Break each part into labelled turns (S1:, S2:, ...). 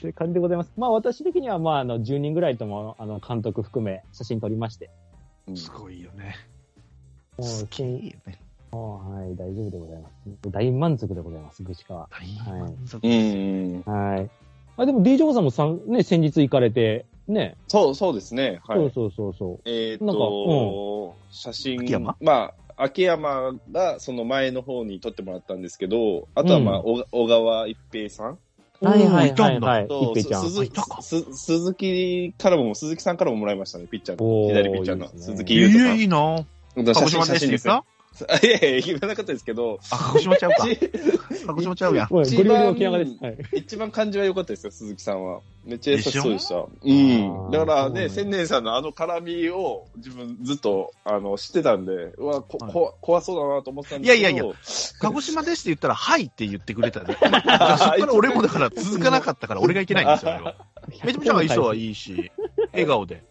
S1: という感じでございます。まあ私的には、まああの、10人ぐらいとも、あの、監督含め写真撮りまして。
S2: うん
S3: すごいよね。
S1: もう、
S3: すげえよね。
S1: もうはい、大丈夫でございます。大満足でございます、ぐちかは。
S3: 大満足
S2: う
S3: ですよ。
S2: ん。
S1: はい。あ、でも DJ おさんもさん、ね、先日行かれて、ね、
S2: そう、そうですね。はい。
S1: そうそうそうそう。
S2: えっ、
S1: なんか
S2: と、写真、
S3: 秋山
S2: まあ、秋山がその前の方に撮ってもらったんですけど、あとはまあ、お小川一平さん
S3: はいはい
S1: はいはい。
S2: と、
S1: 一平ちゃん。
S2: 鈴
S3: いたか
S2: す鈴木からも、鈴木さんからももらいましたね、ピッチャー
S1: お
S2: の。
S1: ー
S2: 左ピッチャーの
S1: いいですね
S2: 鈴
S3: え
S2: 木
S3: え
S2: 優斗さん
S3: いいな。
S2: うん。
S3: 鹿児島ですって言
S2: ね
S3: った
S2: あ いやいや、言わなかったですけど、
S3: あ、鹿児島ちゃうか。鹿児島ちゃうやん。
S1: ごめん
S2: 一
S1: ご
S2: 番
S1: 料理沖縄です。はい。
S2: 一番感じは良かったですよ、鈴木さんは。めっちゃ優しそうでした。う
S1: あ
S2: ん。
S1: ー
S2: だから
S1: そうね
S2: ね、千年さんのあの絡みを自分ずっと、あの、知ってたんで、うわ、こ、
S3: はい
S2: こ怖そうだなと思ってたんですけど。
S3: いやいやいや鹿児島ですって言ったら、はいって言ってくれたね。そっ
S2: あー
S3: から俺もだから続かなかったから、俺がいけないんですよ、あれは。めちゃめちゃ愛想はいいし、笑顔で。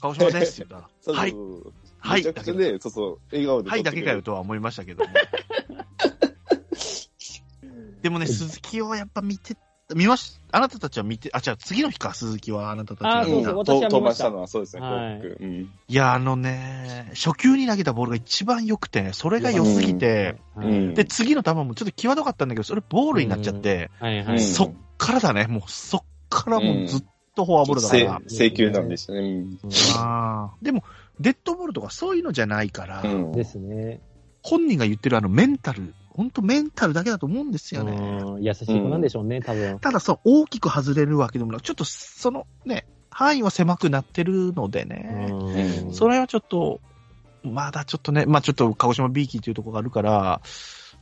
S3: 鹿児島ですって言っ
S2: そ
S3: た
S2: うそ
S3: ら、は
S2: う
S3: い、
S2: そう
S3: はい、
S2: めちゃ
S3: だ
S2: く
S3: け
S2: ちゃ
S3: で
S2: ね、そうそう、笑顔で。
S3: はいだけかよ。とは思いましたけども。でもね、鈴木をやっぱ見て、見まし、あなたたちは見て、あ、じゃあ次の日か、鈴木はあなたたち
S1: あ
S3: が
S1: ー
S3: 見
S1: そうそ
S2: う、
S3: た
S1: うん私は見ま
S2: 飛ば
S1: し
S2: したたのはそうですね、
S1: はい
S2: 幸福うん。
S3: いや、あのね、初球に投げたボールが一番良くてね、それが良すぎて、
S1: は
S2: う
S1: い
S2: ん
S3: で、次の球もちょっと際どかったんだけど、それボールになっちゃって、
S1: はいはい。
S2: うん
S3: そっからだね、もうそっからもうずっとフォアボールだか
S2: せ
S3: ら。
S2: 請求なんでしたね。うん
S3: あーでも、デッドボールとかそういうのじゃないから、
S2: うん。
S1: ですね。
S3: 本人が言ってるあのメンタル、本当メンタルだけだと思うんですよね。
S1: うん優しい子なんでしょうね、多分。
S3: ただそう、大きく外れるわけでもなく、ちょっとそのね、範囲は狭くなってるのでね、
S1: うん
S3: それはちょっと、まだちょっとね、まあちょっと鹿児島ビーキーというところがあるから、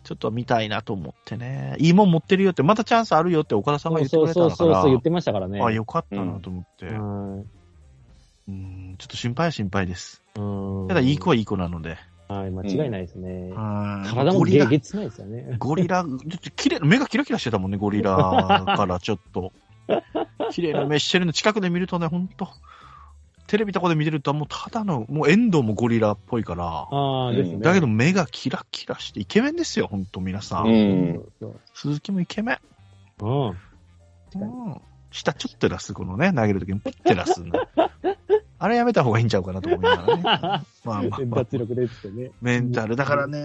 S3: ちょっと見たいなと思ってね、いいもん持ってるよって、またチャンスあるよって岡田さんが言って
S1: そ
S3: く
S1: う
S3: れた
S1: そう
S3: のか
S1: そうそう、言
S3: ら
S1: っ、てましたからね。
S3: あ、よかったなと思って、うん、
S1: は
S3: ちょっと心配は心配です。
S1: いうん
S3: ただいい子はいい子なので、
S1: はい、間違いないですね。
S3: はい
S1: 体も
S3: ゴリ
S1: げ
S3: ラ
S1: げつないですよね。
S3: ゴリラ、ちょっと綺麗な、目がキラキラしてたもんね、ゴリラからちょっと。綺麗な目してるの、近くで見るとね、ほんと、テレビとかで見てると、もうただの、もう遠藤もゴリラっぽいから、
S1: ああ、ですね。
S3: だけど目がキラキラして、イケメンですよ、ほんと、皆さん。
S2: う。
S1: うんん。そう
S3: 鈴木もイケメン。
S1: うん
S3: う
S1: かに
S3: ん。下ちょっと出す、このね、投げるときにピッて出すの。あれやめた方がいいんちゃうかなと思いながらね。まあまあ、まあ
S1: 脱、力ですってね。
S3: メンタル。だからね、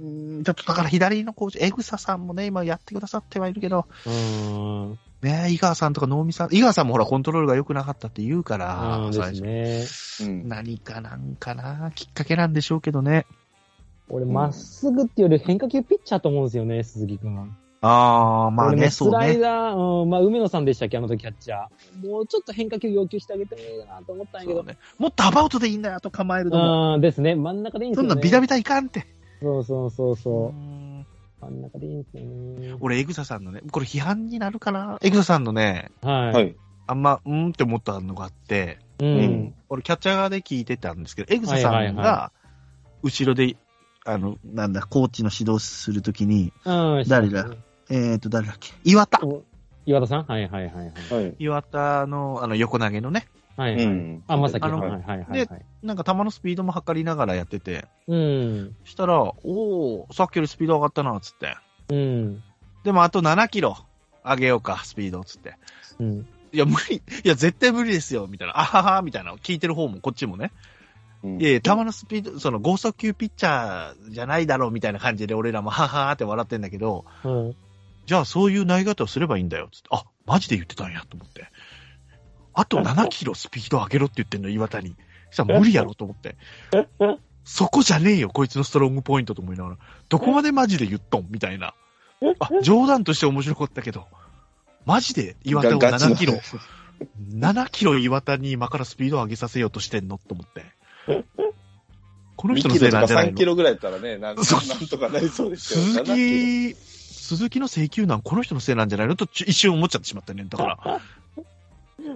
S3: うんちょっとだから左のコーチ、エグサさんもね、今やってくださってはいるけど、
S1: うん。うん
S3: ねえ、井川さんとか能見さん、井川さんもほら、コントロールが良くなかったって言うから、
S1: で
S3: 最
S1: す
S3: 初。
S1: ね。
S2: うん。
S3: 何かなんかな、きっかけなんでしょうけどね。
S1: 俺、まっすぐっていうより変化球ピッチャーと思うんですよね、鈴木くんは。
S3: ああ、まあ
S1: 俺
S3: ね、
S1: も
S3: そう
S1: スライ
S3: ね。
S1: ダー、うん、まあ、梅野さんでしたっけ、あの時キャッチャー。もうちょっと変化球要求してあげてもいいなと思ったんやけ
S3: そ
S1: ど
S3: う。ねもっとアバウトでいいんだよ、と構えるのも。
S1: ああ、ですね。真ん中でいいんで
S3: そ
S1: す
S3: ん
S1: よね。
S3: なビタビタいかんって。
S1: そうそうそう
S3: う
S1: そ
S3: ん
S1: う。真ん中でいいんですよね。
S3: 俺、エグサさんのね、これ批判になるかな。エグサさんのね、
S1: はい。
S2: はい。
S3: あんま、うんって思ったのがあって、
S1: う
S2: うんん。。
S3: 俺、キャッチャー側で聞いてたんですけど、エグサさ
S1: はいは
S3: ん
S1: いは
S3: が、後ろで、あの、なんだ、コーチの指導するときに、
S1: うん。
S3: 誰だえっと、誰だっけ岩田
S1: お岩田さんはいはいはいはい。
S2: はい。
S3: 岩田の、あの、横投げのね、
S1: はいうはい。
S2: ん。
S1: あ、まさき。
S3: あ
S1: はい
S3: の
S1: はいはいはい。
S3: でなんか球のスピードも測りながらやってて、
S1: うん。
S3: したら、おおさっきよりスピード上がったな、つって。
S1: うん。
S3: でもあと7キロ上げようか、スピード、つって。
S1: うん。
S3: いや、無理、いや、絶対無理ですよ、みたいな。あはは、みたいな。聞いてる方も、こっちもね。
S2: うん
S3: いやいや、球のスピード、その、剛速球ピッチャーじゃないだろう、みたいな感じで、俺らも、ははーって笑ってんだけど、
S1: うん
S3: じゃあ、そういう投げ方をすればいいんだよ、つって。あ、マジで言ってたんや、と思って。あと7キロスピード上げろって言ってんの、岩谷。したら無理やろ、と思って。そこじゃねえよ、こいつのストロングポイントと思いながら。どこまでマジで言っとん、みたいな。あ、冗談として面白かったけど、マジで岩谷を
S2: ガガチの
S3: 7キロ、7キロ岩谷に今からスピードを上げさせようとしてんの、と思 って。この
S2: 2
S3: 人の
S2: キ
S3: せ
S2: ロとか
S3: いなんじゃない
S2: 3
S3: の
S2: キロぐらいだったらね、なんなん
S3: そう
S2: とかなりそうですけど。
S3: 鈴
S2: 7キ
S3: 木、鈴木の請求難、この人のせいなんじゃないのとち一瞬思っちゃってしまったね。だから、
S1: ま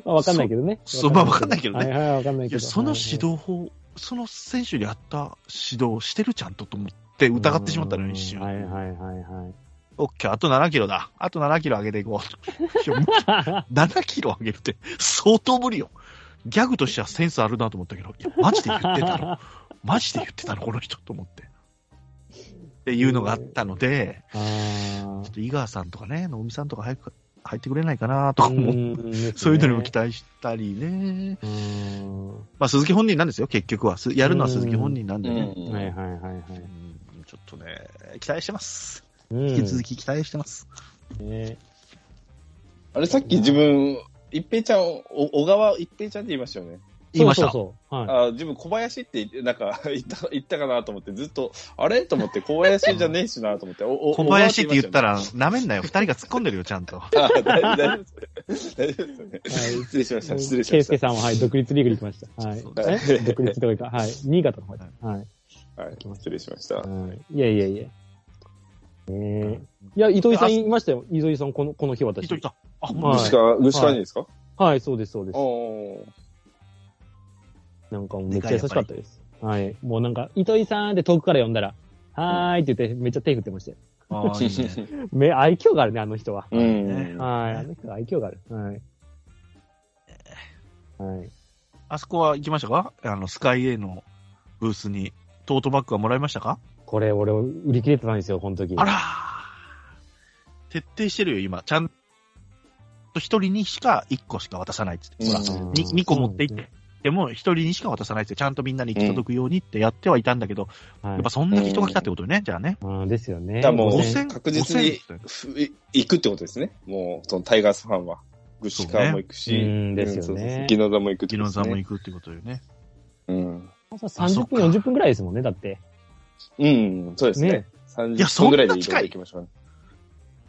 S1: あわかんないけどね。
S3: そうまあわかんないけどね
S1: はいはい、わかんない
S3: い
S1: け
S3: や、
S1: ど。
S3: その指導法、その選手に合った指導してるちゃんとと思って疑ってしまったのよ、一
S1: うんはい
S3: 瞬。
S1: はいはいはい。
S3: オッケー、あと7キロだ。あと7キロ上げていこう。いや無理7キロ上げるって相当無理よ。ギャグとしてはセンスあるなと思ったけど、いや、マジで言って たのマジで言ってたのこの人と思って。っていうのがあったので、
S1: あ
S3: ちょっと井川さんとかね、能見さんとか早く、入ってくれないかなと
S1: う
S3: かも、
S1: ん
S3: そういうのにも期待したりね。
S1: うん
S3: まあ、鈴木本人なんですよ、結局は。すやるのは鈴木本人なんでね。
S2: うん
S1: はいはいはいはい。
S3: うんちょっとね、期待してます。
S1: 引
S3: 引き続き期待してます。
S1: きね。
S2: あれさっき自分、一平ちゃんを、お小川一平ちゃんって言いましたよね。
S3: 言いました。
S1: そうそうそう。はい。
S2: あ自分小林ってなんか 言った言ったかなと思ってずっと、あれと思って小林じゃねえしなと思って。おお
S3: 小林って言った
S2: ら。
S3: ら、なめんなよ。二人が突っ込んでるよ、ちゃんと。
S2: あ大丈夫です。大丈夫ですよね。
S1: はい
S2: 失礼しました。失礼し
S1: ケ
S2: ま
S1: イ
S2: し
S1: スケ
S2: た。
S1: さんは、はい、独立リーグに行きました。はい
S3: そう。
S2: です
S1: え独立というか、はい。新潟の方で。はい。
S2: はい、失礼しました。
S1: はいいやいやいや。ねえ。いや、糸井さんいましたよ。糸井さん、この、この日私。
S3: 一人いた。あ、ほん
S1: は
S3: ま
S1: い
S2: ぐ
S3: で
S2: し
S3: す
S2: か、ぐしかにですか、
S1: はい、そうです、そうです。
S2: おー
S1: なんかもうめっちゃ優しかったです。はい。もうなんか、糸井さんって遠くから呼んだら、はーいって言って、めっちゃ手振ってましたよ。
S3: あーいいね
S1: め、愛嬌があるね、あの人は。
S2: うん。
S1: はい。あの人は愛嬌がある。はい。はい。
S3: あそこは行きましたかあの、スカイ A のブースにトートバッグはもらいましたか
S1: これ、俺、売り切れてたんですよ、この時。
S3: あらー徹底してるよ、今。ちゃんと一人にしか一個しか渡さないっつって。ほら、
S2: うん
S3: に二個持っていって。でも、一人にしか渡さないっつって、ちゃんとみんなに行き届くようにってやってはいたんだけど、
S1: は
S3: やっ
S1: い
S3: ぱ。そんなに人が来たってことよね、じゃあね。
S1: うんですよね。
S2: だからもう
S1: 5000
S3: 5000
S2: 確実にふい行くってことですね。もう、そのタイガースファンは。ぐしかも行く
S1: う
S2: し、
S1: んですよね。
S2: ギノザも行くって
S3: ギ
S2: ことで
S3: ノ
S2: す
S3: ザ
S2: ね。
S3: も行くってことよね。
S2: うん。
S3: あそ
S1: 30
S3: っか
S1: 分、40分ぐらいですもんね、だって。
S2: うん、そうですね。
S1: ね
S2: 30
S3: いやそん
S2: 分
S3: な
S2: ぐらいで移動できましょうね。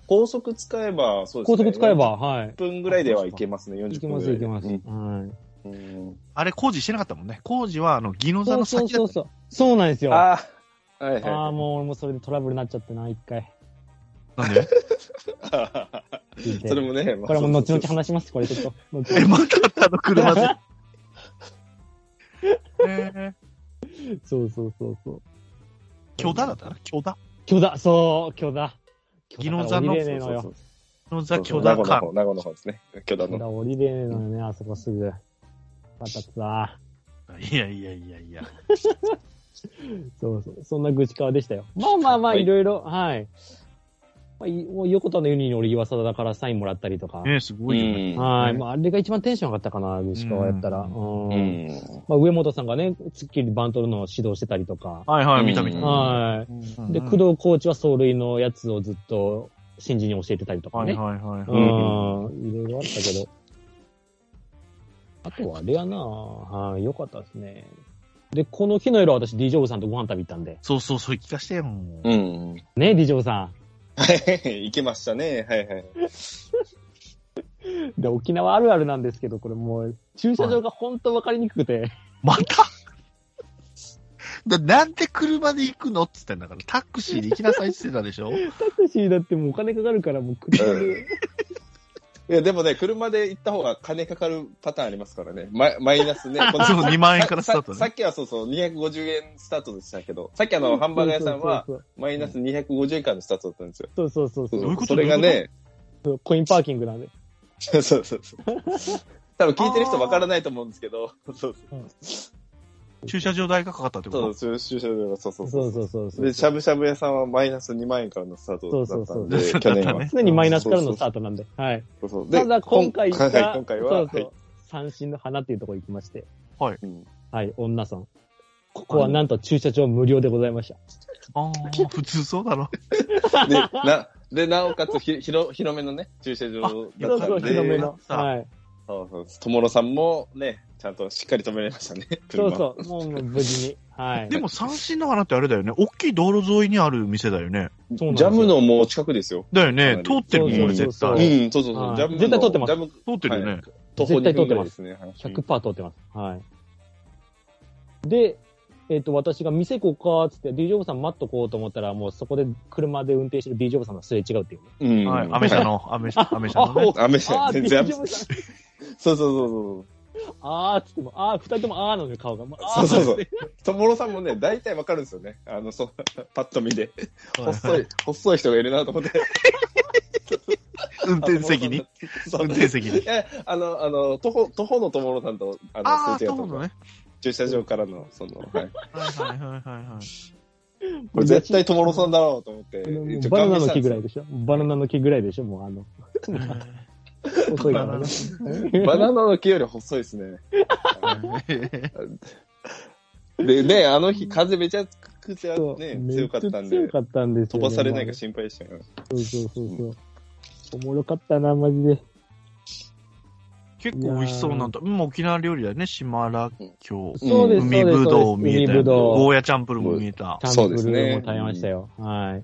S2: 高速使えば、そうです
S1: 高
S2: ね。
S1: 速使え。ば、はい
S2: 40。分ぐらいでは行けますね、40
S1: 行け
S2: 分
S1: ま
S2: ぐ
S1: す、行
S2: ら
S1: け
S2: いで。
S1: ます。はい。
S2: うんうん
S3: あれ、工事してなかったもんね。工事は、あの、ギノザ
S1: そ
S3: の
S1: うそう
S3: 先だ
S1: そ
S3: っ
S1: う
S3: た。
S1: そう。そうなんですよ。あ
S2: ああ、はい
S1: あー、
S2: は
S1: もう俺もそれでトラブルになっちゃってな、一回。
S3: なんで
S2: い。
S1: 聞いて
S2: それもね、
S1: これもう後々
S2: まあ
S1: 話します、これち ょっと。後
S3: え、
S1: 々
S3: またあったの、車で。えー、
S1: そうそうそうそう。
S3: 巨大だったな、巨大。
S1: 巨大、そう、巨大。
S3: ギノザの
S1: 巨大降りれねえ
S2: そ
S1: の
S2: う
S1: よ。
S2: そうそう
S3: ギノ
S2: そ
S3: ザ
S2: うそ
S3: 巨
S2: う名
S3: 大
S2: 護の
S3: か。
S2: 方、名護の方ですね。巨大
S1: 巨
S2: の。
S1: 大降りれねえのよね、あそこすぐ。バタつわ。
S3: いやいやいやいや。
S1: そうそう。そんな愚痴川でしたよ。まあまあまあ、
S2: はい
S1: いろいろ、はい。まあ、いもう横田のユニに俺岩佐だからサインもらったりとか。
S3: ねすごいよね。
S2: うん
S1: はい。
S3: ね
S1: まあ、あれが一番テンション上がったかな、石川やったら。う
S3: う
S1: ん。
S2: うんん。
S1: まあ、上本さんがね、つっきりバントルの指導してたりとか。
S3: はいはい、見た
S2: うん
S3: 見た。
S1: は
S3: うん
S1: い。で、工藤コーチは走塁のやつをずっと新人に教えてたりとか
S3: はい
S1: ね。
S3: はいはい。
S1: うん。いろいろあったけど。あとはあれやなはい。よかったですね。で、この日の夜は私、D ジョブさんとご飯食べ行ったんで。
S3: そうそうそう、聞かしてよ。もう
S2: うん。
S1: ね、D ジョブさん。
S2: はい、行けましたね。はいはい。
S1: で、沖縄あるあるなんですけど、これもう、駐車場が本当わかりにくくて、
S3: また だなんで車で行くのっつってんだから、タクシーで行きなさいっつってたで しょ
S1: タクシーだってもうお金かかるから、もう車で。
S2: いや、でもね、車で行った方が金かかるパターンありますからね。マイマイナスね。この
S3: そう、2万円からスタート
S2: ささ
S3: ね。
S2: っきはそうそう、250円スタートでしたけど、さっきあの、ハンバーガー屋さんは、
S1: そう
S2: マイナス250円からのスタートだったんですよ。
S1: そうそうそうそうそうそう
S3: どういうこと
S2: それがね、
S1: そう、コインパーキングなんで。
S2: そうそうそう。多分聞いてる人わからないと思うんですけど、そうそう
S3: 駐車場代がかかったってこ
S2: そう
S3: と
S2: そう、駐車場がそうそう
S1: そ
S2: そうう。
S1: そうそうそう。
S2: で、しゃぶしゃぶ屋さんはマイナス2万円からのスタートだったんで、
S3: そうそうそう
S2: 去年
S3: だった
S2: は
S3: ね。
S1: 常にマイナスからのスタートなんで。はい。
S2: そうそうで
S1: ただ今回
S2: 今
S1: が、
S2: 回今回は、
S1: そうそう、
S2: はい
S1: 三振の花っていうところ行きまして、
S2: うん
S1: はい、女さん。ここはなんと駐車場無料でございました。
S3: ああ、普通そうだろ。
S2: で、な、で、なおかつひ、広、広めのね、駐車場だ
S1: そう
S2: った
S1: そ
S2: ん
S1: う、
S2: で、
S1: 広めの。
S3: さあ
S1: はい。
S2: そうそう友野さんもね、ちゃんとしっかり止められましたね、
S1: そ
S2: 車。
S1: うそう、もうもう無事に。はい。
S3: でも三振の花ってあれだよね。大きい道路沿いにある店だよね。
S1: そうなんです
S2: ジャ
S1: よ
S2: ムのもう近くですよ。
S3: だよね。通
S2: そう
S3: ってるもん、
S1: そう
S3: 俺絶
S1: そう
S3: 対。
S1: は
S2: う
S1: い
S2: ん、そうそうそう。
S1: はい
S2: ジャムの
S1: 絶対通ってます
S2: ジャム
S3: 通ってるよね。
S2: 徒歩
S1: 絶対通
S2: 2分
S1: っ
S2: ぐ
S1: て
S2: らい
S1: ま
S2: ですね。はい
S1: 100%通ってます。はい。で、えっ、と、私が店行こうか、つって、D ジョブさん待っとこうと思ったら、もうそこで車で運転してる D ジョブさんがすれ違うっていうね。
S2: うん。
S3: はい、アメ車。の、アメ車、アメ車のね。
S2: アメ車
S1: あ、ー、
S2: 全
S1: D ジ
S2: 然アメ
S1: ョ
S2: 車。
S1: ブさん。
S2: そうそうそう
S1: あー、つっても、あー、二人ともあーなのよ、顔が。もあ
S2: そう。
S1: ー
S2: そうそうそう。友野さんもね、大体わかるんですよね。あの、そう、パッと見で。細い、細い人がいるなと思って。
S3: 運転席に。
S2: そう。
S3: 運転席に。
S2: え、あの、あの、徒歩、徒歩の友野さんと、あの、
S3: ああ、
S2: 数
S3: そ
S2: 点
S3: う
S2: と
S3: だ
S2: か、
S3: ね。
S2: 駐車場からの、その、はい。
S3: はいはいはいはいはい。
S2: これ 絶対友野さんだろうと思って
S1: もう。
S2: 一応
S1: バナナ
S2: ガン見
S1: の
S2: した
S1: 木
S2: んです
S1: ぐ
S2: よ
S1: らいでしょバナナの木ぐらいでしょもうあの。
S3: えー
S1: 遅いから
S3: バナ
S1: ね。
S2: バナナの木より細いですね。でね、あの日風めちゃくちゃ
S1: そう
S2: ね、
S1: め
S2: 強
S1: っ
S2: か
S1: ちゃ
S2: ったん
S1: 強
S2: で、
S1: かったんですよ
S2: 飛
S1: ね
S2: ばされないか心配したよ。
S1: そうそうそうそう。おもろかったな、マジで。
S3: 結構美味しそうなんだ。うん沖縄料理だよね。島らっきょう。
S2: うん
S1: そうです、
S3: 海
S1: そうです
S3: ぶど
S1: そううで
S3: 見
S1: す。
S3: えた
S1: 海ぶ
S3: よ。
S1: どう。
S3: ゴーヤチャンプルーも見えた。
S1: チャンプルーも食べましたよ。はい。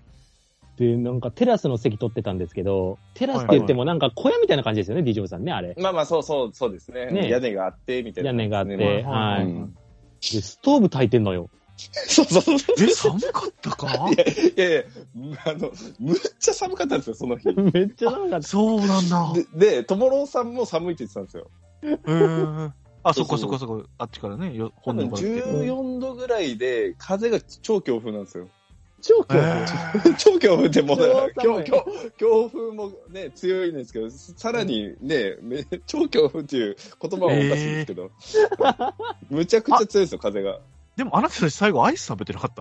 S1: で、なんかテラスの席取ってたんですけど、テラスって言ってもなんか小屋みたいな感じですよね、ディジョブさんね、あれ。
S2: まあまあ、そうそう、そうですね。
S1: ね
S2: 屋根があって、みたいな、
S1: 屋根があって、
S2: ねまあ
S1: は
S3: う
S1: い。で、
S3: ん
S1: ストーブ炊いてんのよ。
S2: そうそうそう。
S3: え、寒かったか
S2: いやいや、あの、むっちゃ寒かったんですよ、その日。で、
S1: めっちゃ寒かった。
S3: そうなんだ。
S2: で、ともろうさんも寒いって言ってたんですよ。
S3: へーあ、そっ
S2: そ
S3: か
S2: うそ
S3: そうっかそっか。あっちからね、よ
S2: 多
S3: 本
S2: 分
S3: 能から来て。
S2: 14度ぐらいで、風が超強風なんですよ。
S1: 超
S3: え
S1: 恐怖。
S3: ー
S2: 超強風ってもうだから
S1: 超寒い
S2: 強強強風もね強いんですけどさらにね、め 超強風っていう言葉はおかしいんですけ ど、むちゃくちゃ強いですよ風が
S3: でもあなたたち最後アイス食べてなかっ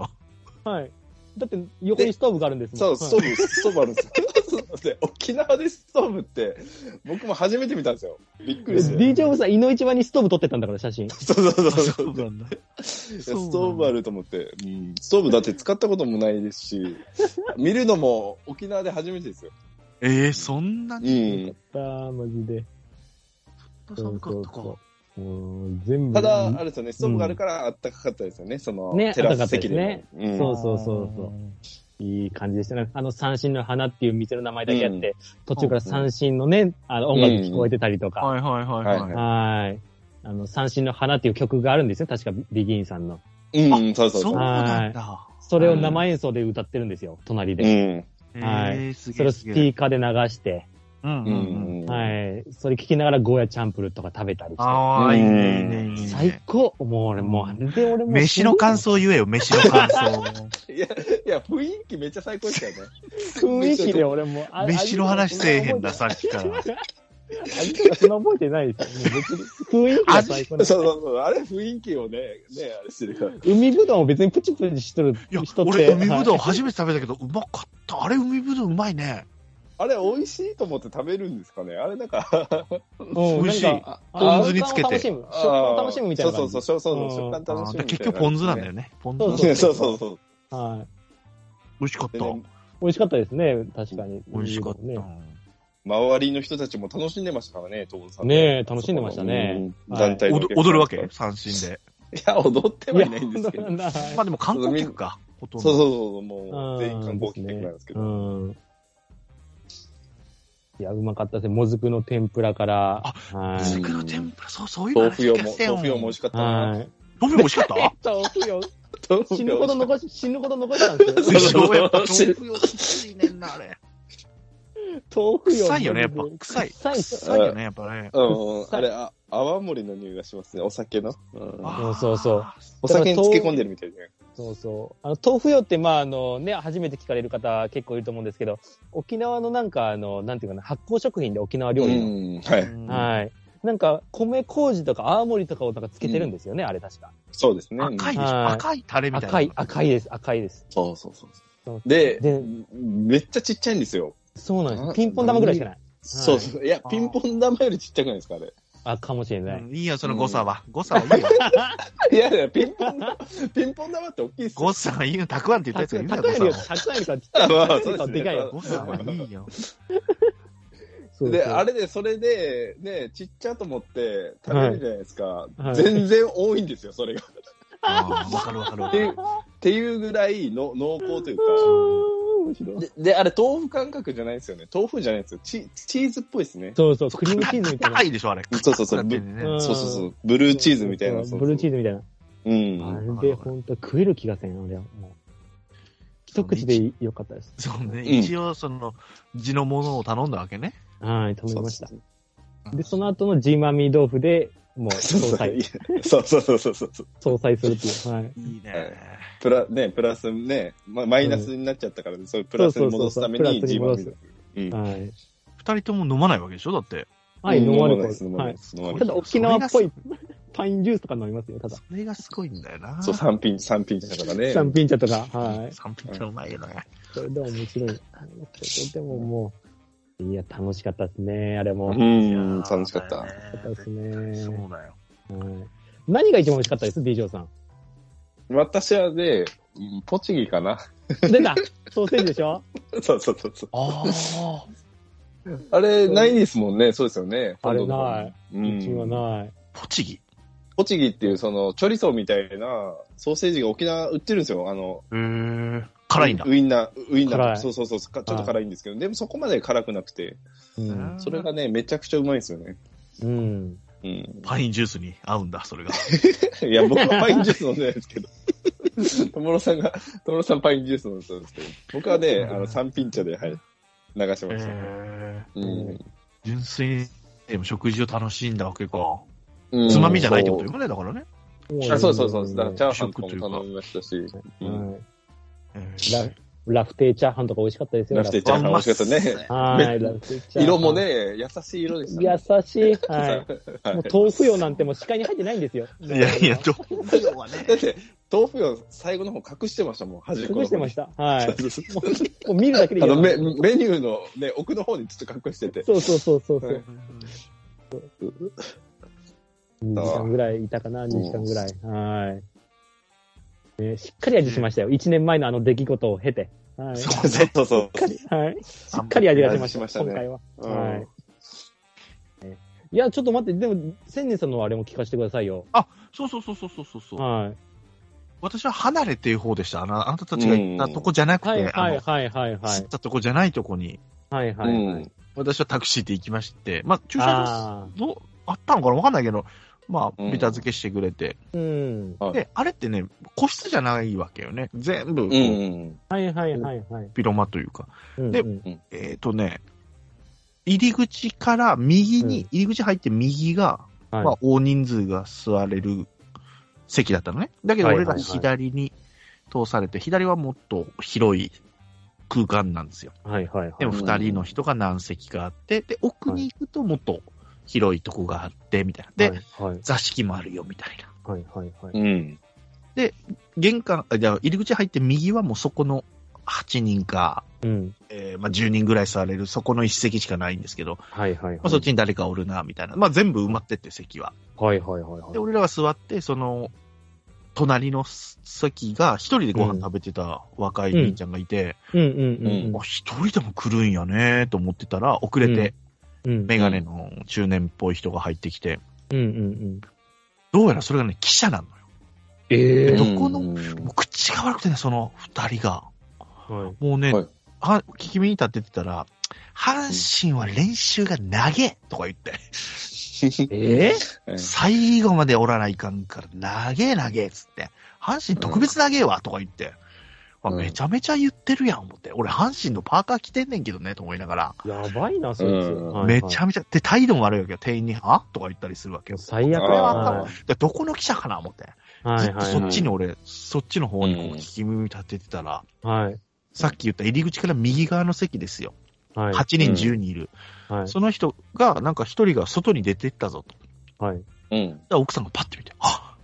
S3: た
S1: はい。だって、横にストーブがあるんです
S2: そ
S1: も。
S2: うんストーブストーブあるんですよ で沖縄でストーブって僕も初めて見たんですよびっくりして
S1: d j ブさん、井の一番にストーブ撮ってたんだから、写真。
S2: そうそうそうそういや
S3: なんだ。
S2: ストーブあると思って、うんストーブだって使ったこともないですし見るのも沖縄で初めてですよ、
S3: えー、そんな
S2: う
S3: に
S2: ん、
S1: あー、マジで。
S3: 寒かったか。
S1: そうもう全部。
S2: ただ、あれですよね、ストーブがあるからあったかかったですよね、その、
S1: ね
S2: テラス席でも。
S1: あったか
S2: うん
S1: そうそうそうそういい感じでしたね。あの、三振の花っていう店の名前だけあって、
S2: う
S1: 途中から三振のね、あの、音楽聞こえてたりとか。
S3: はいはいはいはい。
S2: はい
S1: はい。あの、三振の花っていう曲があるんですよ。確か、ビギンさんの。
S2: うん、そうそう
S3: そ
S2: そうう。
S3: なんだ。
S1: それを生演奏で歌ってるんですよ。隣
S2: う
S1: で。
S2: ん。
S3: え
S1: はい
S3: ー、す
S1: それ
S3: げえ
S1: をス
S3: す
S1: ピ
S3: げえ。
S1: ーカーで流して、
S3: うんう
S2: うん
S3: う
S2: ん。
S3: ん。
S1: はい。それ聞きながらゴーヤチャンプルーとか食べたりして。
S3: ああ、いいねいいねいいね。
S1: 最高もう俺、もうあれで俺も。
S3: 飯の感想言えよ、飯の感 想。
S2: いや、いや、雰囲気めっちゃ最高でしたよね。
S1: 雰囲気で俺も。あ
S3: 飯の話せえへんな、。さっきから。
S1: あ味とかそんな覚えてないですよ。もう別に雰囲気は最高
S2: そう
S1: です。
S2: そうそう。あれ雰囲気をね、ね、あれしてるから。
S1: 海ぶどうも別にプチプチしとる
S3: いや
S1: 人っ、て。
S3: 俺、海ぶど
S1: は
S3: う
S1: い
S3: 初めて食べたけど、うまかった。あれ、海ぶどううまいね。
S2: あれ美味しいと思って食べるんですかねあれなんか、
S1: うん
S3: 美味しい
S1: なんか
S2: あ
S3: ポン酢につけて
S1: 食感を楽しむ。食感を楽しむみたいな
S2: そ
S1: 感
S2: う
S1: じ。
S2: そうそう、そうそううん食
S3: あ
S2: 感楽
S3: ー
S2: し
S3: だから
S2: む。
S3: 結局ポン酢なんだよ
S2: ね。
S3: ね。ポン
S1: そう
S3: 酢。
S1: そう
S2: そうそうそう。
S1: はい。
S3: 美味しかった
S2: で。ね
S1: 美味しかったですね。確かに。
S3: 美味しかった。
S1: ね
S2: 周りの人たちも楽しんでましたからね、東さん。
S1: ねえ、楽しんでましたね。
S2: う
S1: は
S2: ん。
S1: い
S2: 団体の
S3: お
S2: お客さん
S3: ど踊るわけ三振で。
S2: いや、踊ってはいないんです
S1: 本
S2: け
S1: 当
S2: ど
S1: な。んだ。
S3: まあでも観光客か。ほとん
S2: そう
S3: ど。
S2: そうそう、もう、全員観光客なんですけど。
S1: うん。いや、うまかったですね。もずくの天ぷらから。は
S3: ス
S1: い。
S3: クの天ぷら、そう、そういうの
S2: 豆腐用
S3: 話
S2: も
S3: 聞か、せよ
S2: 豆腐用も美味しかったな。
S1: はい。
S3: 豆腐美味しかった
S1: 豆腐よ。
S2: 豆腐
S1: 死ぬほど
S2: 用
S1: 残 し、死ぬほど残したんです
S2: そう
S1: よ。
S2: そう
S3: そうやっぱ豆腐用きついねんな、あれ。
S1: 豆腐よ。
S3: 臭いよね、やっぱ。臭い。
S1: 臭いっす
S3: 臭いよね、やっぱね。
S2: うん、あれ、あ泡盛の匂いがしますね、お酒の。うん
S3: あ
S1: う
S3: ー
S1: んそうそう。
S2: お酒に漬け込んでるみたいで。
S1: そうそう。あの、豆腐よって、まあ、あのね、初めて聞かれる方結構いると思うんですけど、沖縄のなんか、あの、なんていうかな、発酵食品で沖縄料理の。
S2: うん、はい。
S3: うん
S1: はい。なんか、米麹とか泡盛とかをなんかつけてるんですよね、あれ確か。
S2: そうですね。
S3: 赤い
S2: うん
S3: で
S1: はい
S3: しょ赤いタレみたいな。
S1: 赤い、赤いです、赤いです。
S2: そうそうそう
S1: そう。
S2: で
S1: で、
S2: めっちゃちっちゃいんですよ。
S1: そうなんで
S2: あ
S1: す。ピンポン玉ぐらいしかない。
S2: そうそう。いや、ピンポン玉よりちっちゃくないですか、あれ。
S1: あ、かもしれ
S3: う
S1: ない。
S3: んいいよ、その誤差は。誤差はいいよ。
S2: いやいや、ピンポン玉、 ピンポン玉って大きいっす
S3: 誤
S2: よ。
S3: 差はいいよ。たくあんって言ったやつが
S1: 高い
S3: 言う
S1: よ
S3: な
S1: り、高いよりか、
S2: あまあ
S1: 高いよりかでかいよ。
S3: 誤差はいいよ。
S1: そう
S2: で、
S1: そう
S2: あれで、それで、ね、ちっちゃと思って食べるじゃないですか。
S1: はい
S2: 全然多いんですよ、それが。
S3: あーわかるわかるわ
S2: っ
S3: か
S2: てい
S3: る
S2: う。っていうぐらいの濃 厚というか。
S1: 面白い
S2: で、であれ、豆腐感覚じゃないですよね。豆腐じゃないですよ。チチーズっぽいですね。
S1: そうそう、
S3: そう
S1: クリームチーズみたいな
S3: 硬。いでしょ、あれ。
S2: そうそうそう
S3: 硬くなってんでね
S1: うん
S2: そうそうそう。ブルーチーズみたいな。
S1: そうブルーチーズ
S2: ズ。
S1: みたいな。
S2: うん。
S1: あ
S3: ん
S1: れで本当食える気がせん、俺は。もう一口でよかったです。
S3: そうね。
S2: ん
S3: 一応、その、地のものを頼んだわけね。
S1: はい、止めました
S2: そ。う
S1: で、その後のジーマミー豆腐で、もう、
S2: そう
S1: 総裁、
S2: そうそうそうそうそうそう。
S1: 総裁するっていう。はい。
S3: いい
S2: はい
S3: ね。
S2: プラ、ね、プラスね、ま、マイナスになっちゃったからね、そういうプラスに戻すため
S1: そうそう
S2: に
S1: そうそう
S2: G
S1: プ
S2: マ
S1: ラ
S2: ン
S1: スに戻すはい。
S3: 二人とも飲まないわけでしょだって。
S1: はい、飲まれ
S2: ない
S1: て
S2: です、飲まないです。飲ま
S1: は。
S2: ないい
S1: た
S2: で
S1: だ
S2: す
S1: 沖縄っぽいパインジュースとか飲みますよ、ただ
S3: そ。れがすごいんだよな。
S2: そう、三品、三品だからね。
S1: シャンピン茶とか。はい。
S3: 三品ってうまいよな。
S1: それでも面白い。それでももいや、楽しかったですね、あれも。
S2: う
S1: は
S2: ん、楽しかった。
S1: 楽しかったっすね
S3: そうだよ。
S1: い何が一番美味しかったです、DJ さん。
S2: 私はね、栃木かな。
S1: 出たソーセージでしょ
S2: そうそうそうそう。
S3: ああ。
S2: あれ、ないですもんね。そうですよね。
S1: あれない。
S2: う
S1: うちは
S2: ん。
S1: ない。
S3: 栃木。
S2: 栃木っていう、その、チョリソーみたいなソーセージが沖縄売ってるんですよ。あの、
S3: へえ。辛いんだ
S2: ウ。インナー、ウインナ
S1: 辛
S2: ー。
S1: い
S2: そうそうそう。かちょっと辛いんですけど、でもそこまで辛くなくて、
S1: うん。
S2: それがね、めちゃくちゃうまいですよね。
S1: うん。
S2: うん。
S3: パインジュースに合うんだ、それが。
S2: いや、 僕はパインジュース飲んでないですけど。ともろさんが、ともろさんパインジュース飲んでたんですけど、僕はね、あの、三品茶で、はい、流しました。
S3: ええ。
S2: うん
S3: 純粋に、でも食事を楽しんだわけか。
S2: うん
S3: つまみじゃないってことよね、だからね。
S2: あそうそうそう。だからチャーハンと
S3: 主食というか
S2: かも頼みましたし。うん
S1: はい
S3: え
S1: ラ
S3: ー
S1: ラフテーチャーハンとか美味しかったですよ。
S2: ラフテーチャーハン美味しかったね。
S1: ハン。はい、ラフテーチャーハン。
S2: 色も。ね、優しい色でしたね。
S1: 優しい。は。
S2: はい
S1: もう
S2: い
S1: 豆腐用なんてもう視界に入ってないんですよ。
S3: いやいや、どうだよはね。
S2: だって、豆腐を最後の方隠してましたもん、端っこの
S1: 隠
S2: 方に。
S1: してました。はい。も
S2: そうそうそ
S1: う
S2: う
S1: 見るだけでいい
S2: あの
S1: よ。
S2: メ、メニューのね、奥の方にちょっと隠してて。
S1: そうそうそうそうそ
S2: は
S1: う
S2: い。
S1: 2時間ぐらいいたかな、2時間ぐらい。はい。ね、しっかり味しましたよ。1年前のあの出来事を経て。はい。し
S3: そうね。
S2: そうそう。
S1: はい、しっかり味がしました、
S2: 味しましたね
S1: 今回は。
S2: うん
S1: はい。いや、ちょっと待って、でも、千年さんのあれも聞かせてくださいよ。
S3: そうそうそうそうそうそうそう。
S1: はい。
S3: 私は離れていう方でした。あの、あなたたちが行ったとこじゃなく
S1: はい
S3: て、あ
S1: はい
S3: の、
S1: はいはいは
S3: 行
S1: い
S3: っ。たとこじゃないとこに、
S1: はいは
S2: う
S1: いはい。
S2: ん。
S3: 私はタクシーで行きまして、まあ、駐車場
S1: あ
S3: どうあったのかなわかんないけど、まあ、
S2: うん
S3: ベタ付けしてくれて。
S1: あ。うん。
S2: うん
S3: で、あれってね、個室じゃないわけよね。全部、こう
S2: うん。
S1: はいはいはいはい。
S3: ピロマというか。
S1: うん
S3: で
S1: うん
S3: えっ、とね、入り口から右に、
S1: うん
S3: 入り口入って右が、
S1: はい
S3: まあ、大人数が座れる席だったのね。だけど、
S1: はい
S3: 俺ら
S1: はいはい
S3: 左に通されて、左はもっと広い空間なんですよ。
S1: はいはいはい。
S3: でも、
S2: うん
S3: 二人の人が何席かあって、で、奥に行くともっと広いとこがあって、みたいな。で、
S1: はいはい
S3: 座敷もあるよ、みたいな。
S1: はいはいはい。
S2: うん。
S3: 玄関、あじゃあ入り口入って右はもうそこの8人か、
S1: うん。
S3: えーまあ、10人ぐらい座れる、そこの一席しかないんですけど、
S1: はいはいはい
S3: まあ、。そっちに誰かおるな、みたいな。まあ、全部埋まってって、席は。
S1: はいはいはいはい
S3: で、。俺らが座って、その、隣の席が、一人でご飯食べてた若い兄ちゃんがいて、
S1: うんうんうん
S3: あ、一人でも来るんやねと思ってたら、遅れて、
S1: うん。うん。
S3: メガネの中年っぽい人が入ってきて、
S1: うんうんうん。
S3: どうやらそれがね、記者なのよ。
S1: え
S3: ど
S1: え。
S3: この
S2: うん
S3: もう口が悪くてね、その二人が。
S1: はい。
S3: もうね、
S2: はい
S3: は聞き耳に立っててたら、阪神は練習が長えとか言って、
S1: ええ
S3: 最後までおらないかんから、長え長えっつって、阪神特別長えわとか言って、
S2: うん
S3: あめちゃめちゃ言ってるやん思って、俺阪神のパーカー着てんねんけどねと思いながら、
S1: やばいな、そいつ。
S2: うん
S1: はいはい
S3: めちゃめちゃ、で態度も悪いわけよ、店員に、あとか言ったりするわけよ。
S1: 最悪
S3: これは
S2: あ
S1: は
S3: 頭でどこの記者かな思って、
S1: は
S3: ず
S1: い
S3: っと
S1: はい
S3: そっ
S1: は
S3: ちに俺、そっちの方にこう
S2: うん
S3: 聞き耳立ててたら、
S1: い。はい。
S3: さっき言った入り口から右側の席ですよ。
S1: はい。
S3: 8人10人いる。
S1: はい。
S3: その人が、なんか一人が外に出てったぞと。だか
S1: はい。
S2: うん。
S3: ら奥さんがパッて見て、あ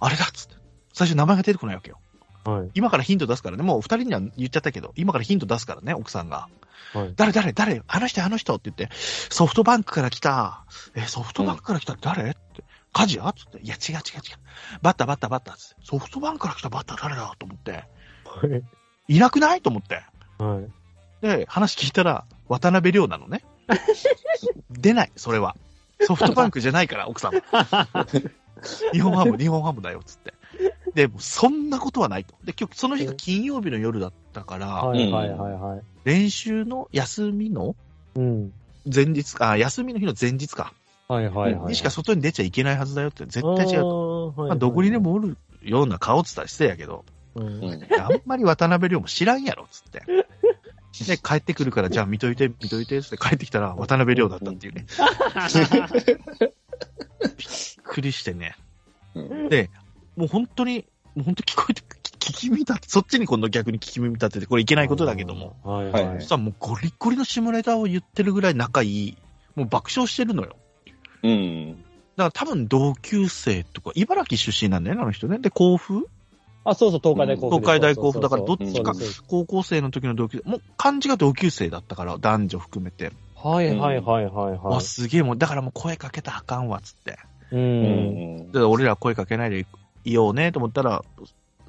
S3: あれだっつって。最初名前が出てこないわけよ。
S1: はい。
S3: 今からヒント出すからね。もう二人には言っちゃったけど、今からヒント出すからね、奥さんが。
S1: はい
S3: 誰誰誰あの人あの人って言って、ソフトバンクから来た。え、ソフトバンクから来た誰、って。カジアつって。いや、違う違う違う。バッターバッターバッターっつって。ソフトバンクから来たバッター誰だと思って。
S1: はい。
S3: いなくないと思って。
S1: はい。
S3: で、話聞いたら、渡辺亮なのね。 出ない、それは。ソフトバンクじゃないから、奥さんは。 日本ハム、日本ハムだよ、つって。で、もうそんなことはないと。で、今日、その日が金曜日の夜だったから、
S1: はいはいはいはい。
S3: 練習の休みの
S1: うん。
S3: 前日か、あ休みの日の前日か、
S1: はいはいはい。
S3: にしか外に出ちゃいけないはずだよって、絶
S1: あー、
S3: 対違うと。
S1: はい
S3: まあ、どこにで。もおるような顔っつったら失礼やけど、
S1: うん
S2: うん
S3: あんまり渡辺亮も知らんやろ、つって。で、帰ってくるから、じゃあ見といて、見といて、つって帰ってきたら渡辺亮だったっていうね。びっくりしてね。
S2: うん
S3: で、もう本当に、もう本当聞こえて、き聞き耳立て、そっちに今度逆に聞き耳立てて、これいけないことだけども。。
S1: はいはい。
S3: そしたらもうゴリゴリの下ネタを言ってるぐらい仲いい、もう爆笑してるのよ。
S2: うん。
S3: だから多分同級生とか、茨城出身なんだよね、あの人ね。で、甲府
S1: あ、そうそう、東海大甲府
S3: 東
S1: です。
S3: 海大甲府だか
S1: そ
S3: ら
S1: う
S3: どっ
S1: そう
S3: ち
S1: そう
S3: か
S1: そうです
S3: 高校生の時の同級生、もう漢字が同級生だったから、男女含めて。
S1: はいはいはいはい
S3: も
S1: は
S3: うすげえもう、だからもう声かけたらあかんわ、っつって。
S1: い。う。
S2: うんん。
S3: で俺ら声かけないでいようねと思ったら、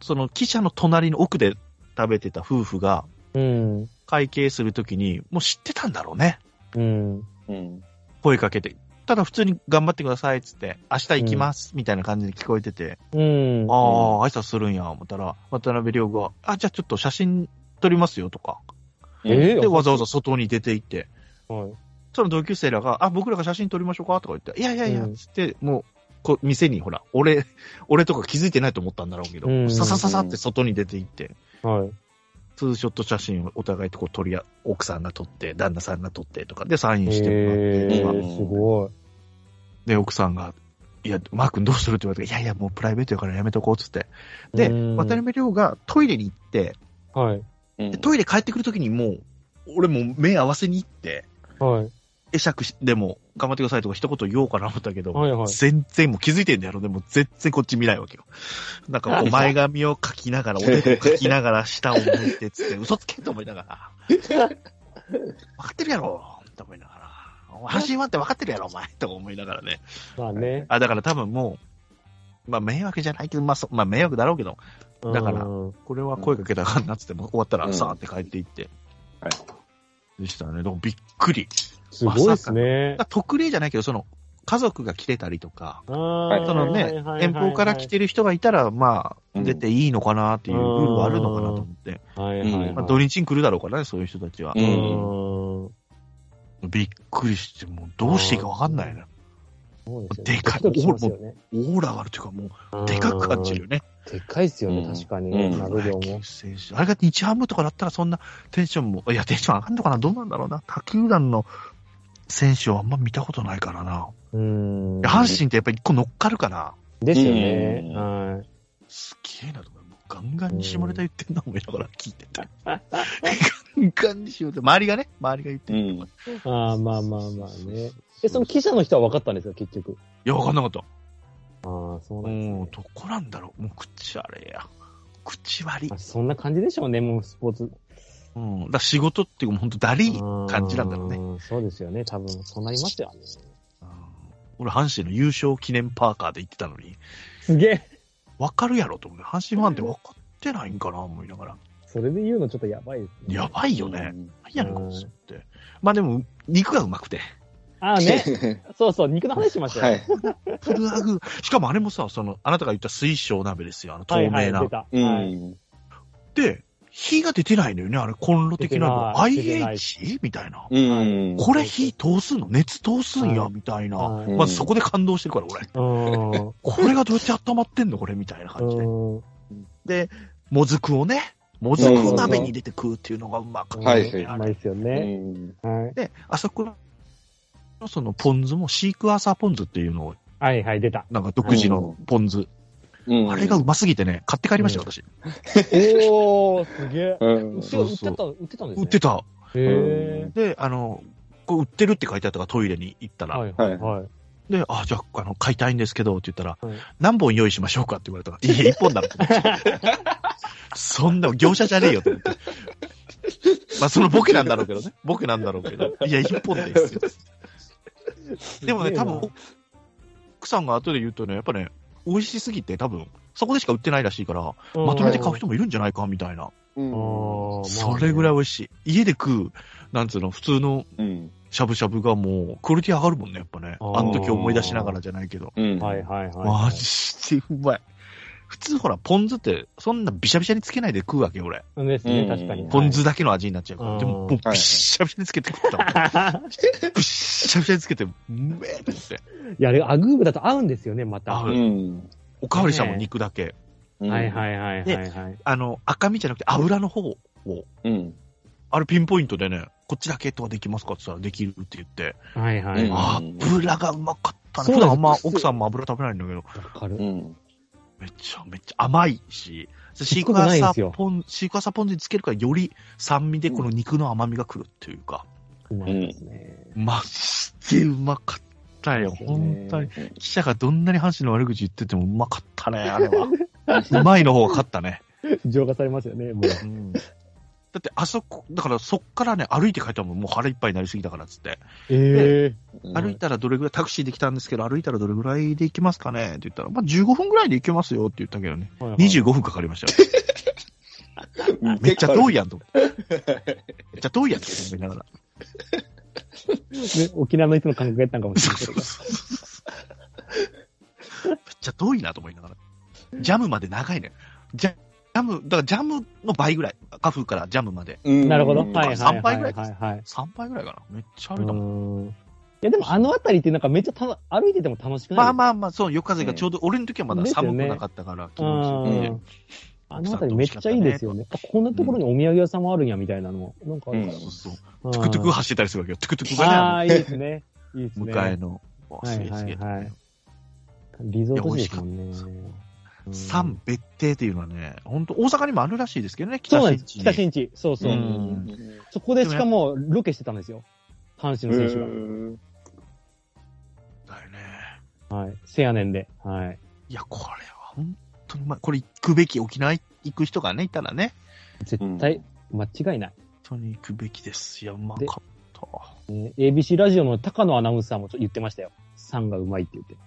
S3: その記者の隣の奥で食べてた夫婦が
S1: うん。
S3: 会計するときに、もう知ってたんだろうね。
S1: うん。
S2: うん。
S3: 声かけて。ただ普通に頑張ってくださいっつって、明日行きますみたいな感じで聞こえてて、
S1: うん。
S3: ああ、挨拶するんや、思ったら、渡辺亮が、あ、じゃあちょっと写真撮りますよとか。
S1: え
S3: で、わざわざ外に出て行って、
S1: はい
S3: その同級生らが、あ、僕らが写真撮りましょうかとか言って、いやいやいや、
S1: うん
S3: つって、もう、こう店にほら、俺、俺とか気づいてないと思ったんだろうけど、
S1: うん
S3: ささささって外に出て行って、
S1: はい。
S3: ツーショット写真をお互いとこう撮り合、奥さんが撮って、旦那さんが撮ってとか、で、サインしてもらって、
S1: え
S2: 今
S1: ー、すごい。
S3: で、奥さんが、いや、マー君どうするって言われて、いやいや、もうプライベートやからやめとこうっつって。で、
S1: うん
S3: 渡辺亮がトイレに行って、
S1: はい。
S2: うん
S3: でトイレ帰ってくるときにもう、俺もう目合わせに行って、
S1: はい。
S3: 会釈しでも、頑張ってくださいとか一言言おうかな思ったけど、
S1: はいはい
S3: 全然もう気づいてんだやろ、でも全然こっち見ないわけよ。なんかこう前髪をかきながら、おでこかきながら下を向いてっつって、嘘つけと思いながら。分かってるやろ、と思いながら。お前阪神ファンって分かってるやろ、お前、とか思いながらね。
S1: まあね。
S3: あ、だから多分もう、まあ迷惑じゃないけど、まあそ、まあ迷惑だろうけど、だから
S1: うん
S3: これは声かけたらあかんなっつって、もう終わった
S2: う
S3: ら
S2: ん
S3: さーって帰っていって。
S2: は
S3: でしたね。でもびっくり。
S1: すごいですね。
S3: 特例じゃないけど、その、家族が来てたりとか、
S1: そ
S2: はい
S3: そのね、遠方から来てる人がいたら、まあ、
S2: うん
S3: 出ていいのかなっていうルールはあるのかなと思って、
S1: はいはいはい。
S3: まあ、土日に来るだろうからね、そういう人たちは
S2: う。
S1: う
S2: ん。
S1: ん
S3: びっくりして、もうどうしていいかわかんないね。
S1: そうすよ
S3: でかい
S1: ドキドキしますよね
S3: オーラがあるというか、もう、でかく感じるよね。
S1: でっかいっすよね、
S2: うん
S1: 確かに。
S2: うん
S1: な
S3: プ
S1: る
S3: ロ
S1: 量
S3: 野球
S1: も。
S3: 選手。あれが日ハムとかだったらそんなテンションも、いや、テンション上がんのかなどうなんだろうな。他球団の選手はあんま見たことないからな。
S1: うん。
S3: 阪神ってやっぱり一個乗っかるかな。
S1: ですよね。
S2: うん
S1: はい。
S3: すげえなとか、もうガンガンに下ネタ言ってんな思いながら聞いて て。ガンガンに下ネタ、周りがね、周りが言ってるとか。
S1: ああ、まあまあまあね。え、その記者の人は分かったんですか、結局。
S3: いや、わかんなかった。
S1: ああ、そう
S3: う
S1: なんです
S3: ん、
S1: ね。
S3: どこなんだろう。もう口あれや。口割り
S1: まあ。そんな感じでしょうね、もうスポーツ。
S3: うん。だから仕事っていうか、ほんとだりい感じなんだろうね。
S1: ね。そうですよね、多分、そうなりますよね。
S3: うん俺、阪神の優勝記念パーカーで行ってたのに。
S1: すげえ。
S3: わかるやろと思う。阪神ファンってわかってないんかな、思いながら。
S1: それで言うのちょっとやばいですね。
S3: やばいよね。。何やねん、こ
S1: うん
S3: いつって。まあでも、肉がうまくて。
S1: ああね。そうそう、肉の話しました
S2: は
S1: よ。
S2: い。
S3: フルアグ。しかもあれもさ、その、あなたが言った水晶鍋ですよ。あの、透明な。
S1: はいはい出た
S2: う
S1: はい
S2: ん。
S3: で、火が出てないのよね、あれ、コンロ的なの。
S1: 出てない
S3: IH? みたいな。
S2: うん。
S3: これ火通すの熱通すんや、
S1: はい
S3: みたいな。
S1: は
S2: う
S1: い
S2: ん
S3: まずそこで感動してるから、俺。
S1: うん。
S3: これがどうやって温まってんのこれ、みたいな感じで。
S1: うん
S3: で、もずくをね、もずくを鍋に入れて食うっていうのがうまかった
S2: はい
S3: ね
S1: う
S3: あ
S1: ま
S3: れ
S1: いですよ
S2: う
S1: ね。
S2: ん。
S1: はい
S3: で、あそこのそのポン酢もシークワーサーポン酢っていうのを、
S1: はいはい、出た。
S3: なんか独自のポン酢。
S2: うん
S3: あれがうますぎてね、買って帰りましたよ、私。
S1: おー、すげえ。
S2: うん。
S1: それ売ってた、売ってたんですね。
S3: 売ってた。
S1: へえ。
S3: で、あの、こう売ってるって書いてあったからトイレに行ったら、
S1: はいはいはい。
S3: で、あ、じゃあ、あの、買いたいんですけど、って言ったら、
S1: はい
S3: 何本用意しましょうかって言われたから、いや、一本だろって思って。 そんな、業者じゃねえよって思って。まあ、そのボケなんだろうけどね。ボケなんだろうけど。いや、一本ですよ。でもね、多分、奥さんが後で言うとね、やっぱね、美味しすぎて、多分、そこでしか売ってないらしいから、
S1: 分
S3: まとめて買う人もいるんじゃないか、みたいな。
S2: うん。
S3: それぐらい
S1: い。
S3: 美味しい。家で食う、なんつうの、普通の
S2: うん。
S3: しゃぶしゃぶがもう、クオリティ上がるもんね、やっぱね。
S1: あー
S3: あの時思い出しながらじゃないけど。
S2: うん。
S1: はいはいはい。
S3: マジでうまい。普通ほら、ポン酢って、そんなびしゃびしゃにつけないで食うわけよ、俺。
S1: ですね、確かに。
S3: ポン
S1: は
S3: 酢だけの味になっちゃうから。
S1: うん
S3: でも、もうびっしゃびしゃにつけて食ったもん。
S1: い
S3: びっしゃびしゃにつけて、うめえって言って。
S1: いや、 あれ、アグーブだと合うんですよね、また。
S3: 合
S1: は
S3: う
S1: い
S2: うん。
S3: おかわりさんも肉だけ。
S1: はいはいはいはい。
S3: あの、赤身じゃなくて油の方を、
S2: い。うん。
S3: あれピンポイントでね、こっちだけとかできますかって言ったらできるって言って、
S1: はいはい。
S2: うん
S1: わ
S3: 油がうまかった
S1: そ
S3: ね。
S1: う
S3: 普
S1: なんです
S3: 段あんま奥さんも油食べないんだけど、
S1: かる
S2: う。ん。
S3: めちゃめちゃ甘いし、シー
S1: しつ
S3: ク
S1: こく
S3: ワ
S1: ないん
S3: ーサ
S1: です
S3: ー
S1: よ
S3: ポン、シークワーサーポン酢につけるからより酸味でこの肉の甘みが来るっていうか、
S1: うまいですね。
S3: マジでうまかったよ、
S1: ですよね
S3: 本当に。記者がどんなに阪神の悪口言っててもうまか ったね、あれは。うまいの方が勝ったね。
S1: 浄化されますよね、もう。
S3: うんだって、あそこ、だからそっからね、歩いて帰ったもん、もう腹いっぱいになりすぎたからっつって。
S1: ええ
S3: 歩いたらどれぐらい、タクシーで来たんですけど、歩いたらどれぐらいで行きますかねって言ったら、まあ15分ぐらいで行けますよって言ったけどね、
S1: はいはい
S3: 25分かかりましたよ。めっちゃ遠
S2: い。
S3: いやんと思って。めっちゃ遠いやんと思いながら。
S1: ね沖縄の人の感覚やった んかもし
S3: そ
S1: れ
S3: う
S1: ない
S3: そうそうめっちゃ遠いなと思いながら。ジャムまで長いね。ジャジャム、だからジャムの倍ぐらい。カフーからジャムまで。
S2: うん
S1: なるほど。はいはい
S3: 3
S1: は
S3: 倍
S1: い
S3: ぐ
S1: は
S3: ら
S1: い
S3: い
S1: はい。
S3: 3倍ぐらいかな。めっちゃ
S1: う
S3: 歩いたもん。
S1: ーんいやでもあの辺りってなんかめっちゃた歩いてても楽しくない
S3: まあまあまあ、そう、夜風がちょうど、俺の時はまだ
S1: ですよね
S3: 寒くなかったから、気
S1: う
S3: 持ちいいんで
S1: ん。あの辺りめっちゃいいですよね。あこんなところにお土産屋さんもあるんやみたいなのも。なんかあるから
S2: う
S1: な
S2: そん
S3: そうそう。
S1: うん
S3: トゥクトゥク走ってたりするわけよ。トゥクトゥク
S1: あ
S3: が
S1: あ、
S3: ね、
S1: いいですね。いいですね。
S3: 向かいの。わ
S1: は
S3: すげ
S1: い
S3: え
S1: は
S3: すげ
S1: い
S3: え
S1: はい。リゾート地ですもんね。うん
S3: 三別邸っていうのはね、本当大阪にもあるらしいですけどね、
S1: そう
S3: 北
S1: なん
S3: 新
S1: です。
S3: 地
S1: 北新地。そうそうう。
S3: ん
S1: そこでしかもロケしてたんですよ。阪神の選手
S2: うん
S3: だよね。
S1: が。はい。せやねんで。はい。
S3: いや、これは本当にうまい。これ行くべき、沖縄行く人がね、いたらね、
S1: 絶対、間違いない。
S3: 本当に行くべきです。いや、うまかった。
S1: ね ABC ラジオの高野アナウンサーもちょっと言ってましたよ。3がうまいって言って。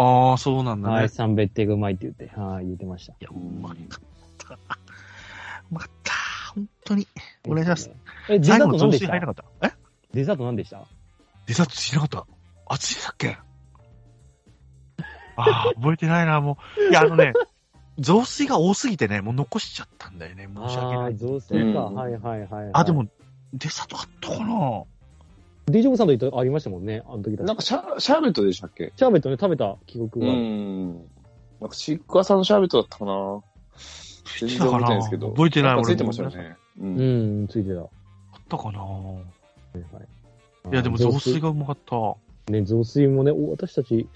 S3: ああ、そうなんだね。、
S1: はいい、3別邸がうまいって言って。はい、言ってました。
S3: や、うまかった。うまかった。本当に。お願いします。
S1: え、デザ
S3: 最後
S1: ート
S3: の
S1: 何
S3: 雑
S1: で
S3: 炊
S1: し
S3: 入ら
S1: た
S3: なかった。え
S1: デザート何でした
S3: デザートしなかった。あ、ついたっけああ、覚えてないな、もう。いや、あのね、雑炊が多すぎてね、もう残しちゃったんだよね。申し訳
S1: あ
S3: な
S1: あー、
S3: い。
S1: 雑炊か。
S2: うん
S1: はいはいはいはい。
S3: あ、でも、デザートあったかな
S1: ディジョブさんと言ったありましたもんね、あの時だ
S2: なんかシャシャーベットでしたっけ
S1: シャーベットね、食べた記憶
S2: う
S1: が。
S2: ん。なんかシークワーサーのシャーベットだったかな全然覚えてないですけど。
S3: 覚えてな
S2: ん
S3: い俺
S2: か
S3: も
S2: ついてましたよね。う。
S1: うんん、ついてた。は
S3: あったかない
S1: はい
S3: いや、でも雑炊。がうまかった。
S1: ね、雑炊もね、お私たち、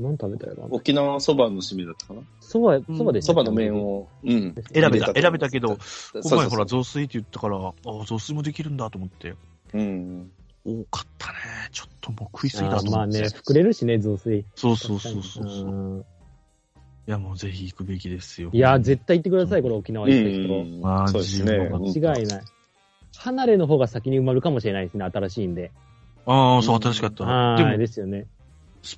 S1: 何食べたよな。
S2: 沖縄そばの締めだったかな
S1: そば、そばでした
S2: そ
S1: っけ
S2: ばの麺。を。うん。
S3: 選
S2: 入
S3: べ
S2: れた
S3: た、
S2: と
S3: 選べたけど、
S2: そう
S3: お
S2: そう
S3: 前
S2: そう
S3: ほら雑炊って言ったから、ああ、雑炊もできるんだと思って。
S2: うん。
S3: 多かったね。ちょっともう食いすぎ
S1: あ
S3: だ
S1: ーま
S3: と思
S1: あ
S3: っ
S1: ね、
S3: て。
S1: 膨れるしね、雑炊。
S3: そうそうそうそうそう。い
S1: ん
S3: や、もうぜひ行くべきですよ。
S1: いや、絶対行ってください、これ沖縄行ってる人。
S3: マ
S2: そうで
S3: ジ
S2: す
S3: で
S2: ね
S3: うまかっ
S1: 間違いない。離れの方が先に埋まるかもしれないですね、新しいんで。
S3: ああ、そう、新しかった。で
S1: はい、
S3: も、
S1: ですよね。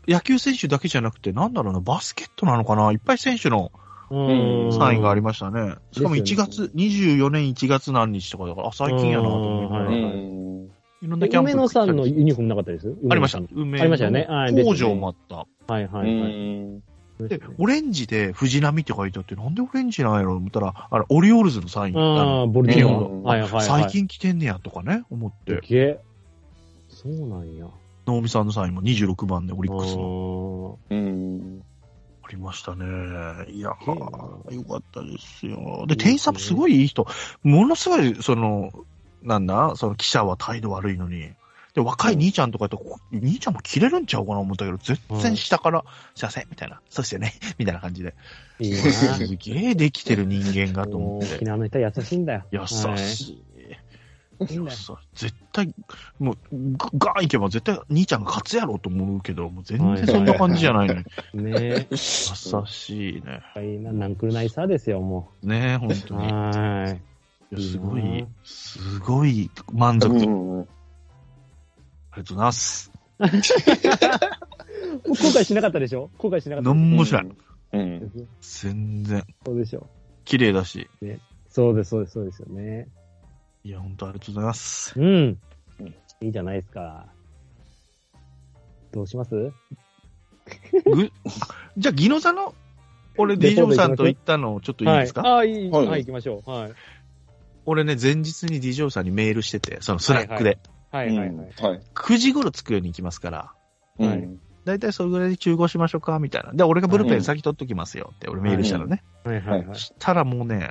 S3: 野球選手だけじゃなくて、なんだろうな、バスケットなのかないっぱい選手の
S1: うん。
S3: サインがあり
S1: ま
S3: ましたね。しかも
S1: です
S3: 1
S1: よね
S3: 月、24年1月何日とかだから、あ、最近やなと思いなが
S1: う
S3: ら
S1: ん
S2: う
S1: はい
S2: ん。
S3: いろんな
S1: す
S3: キャンプ
S1: 梅野さんの
S3: 行ったり
S1: ユニフォームなかったです
S3: ありました。
S1: 梅野
S3: 梅
S1: ありましたよねはいですね
S3: 工場もあった。
S1: さんはいは
S2: う
S1: いはい。
S2: ん。
S3: で、オレンジで藤波って書いてあって、なんでオレンジなんやろうと思ったら、あれ、オリオールズのサインだ
S1: ああ、ボルティオンの。はいはいはい。
S3: 最近来てんねやとかね、思って
S1: す。げえ。そうなんや。
S3: 能見さんのサインも26番でオリックスの
S1: の。
S2: うん。
S3: ありましたね。いや、
S1: すげえな
S3: よかったですよ。で、店員さんもすごいいい人。ものすごい、その、なんだ、その記者は態度悪いのに。で、若い兄ちゃんとかやったら、こ兄ちゃんも切れるんちゃうかな思ったけど、全然下から、すいません、みたいな。そうですよね、 みたいな感じで。
S1: いいな。
S3: すげえできてる人間がと思
S1: もう
S3: って
S1: 沖。縄の人は優しいんだよ。
S3: 優
S1: はい
S3: し
S1: いい
S3: い。
S1: ん
S3: 優
S1: だよ
S3: しい。絶対、もう、ガガーンいけば絶対兄ちゃんが勝つやろうと思うけど、もう全然そんな感じじゃないのに。
S1: ねえ。
S3: 優しいね。
S1: いいな、なんくるないさですよ、も
S3: ねえ、本当
S1: う。
S3: に。
S1: はい
S3: やすご、
S1: いいない
S3: すごい満足。あり
S2: うん
S3: がとうございます。
S1: い。後悔しなかったでしょ後悔しなかった
S3: な。んもしない。。
S2: うん。
S3: 全然。
S1: そうでしょ。
S3: 綺麗だし。
S1: そうです、そうです、そうですよね。
S3: いや、本当ありがとうご ざいます。
S1: うん
S2: うん。
S1: いいじゃないですか。どうします
S3: ぐじゃあ、ギノさんの、俺、
S1: レ
S3: ディジ
S1: ポート
S3: ョブ
S1: いきまし
S3: さ
S1: ょうん
S3: と行ったの、ちょっといいですか、
S1: はい、ああ、いい。
S2: はい
S1: はい、行きましょう。はい。
S3: 俺ね、前日にディジョブさんにメールしてて、そのスラック
S1: はい
S3: で。
S1: はいは、
S2: はい
S1: はい、
S2: い
S1: はい。。
S2: はい。
S3: 9時頃着くように行きますから、
S1: は
S2: はいい。
S3: だいたいそれぐらいで集合しましょうか、みたいな。で、俺がブルペン先取っときますよって、俺メールしたのね。
S1: はい、はい、はい。
S3: したらもうね、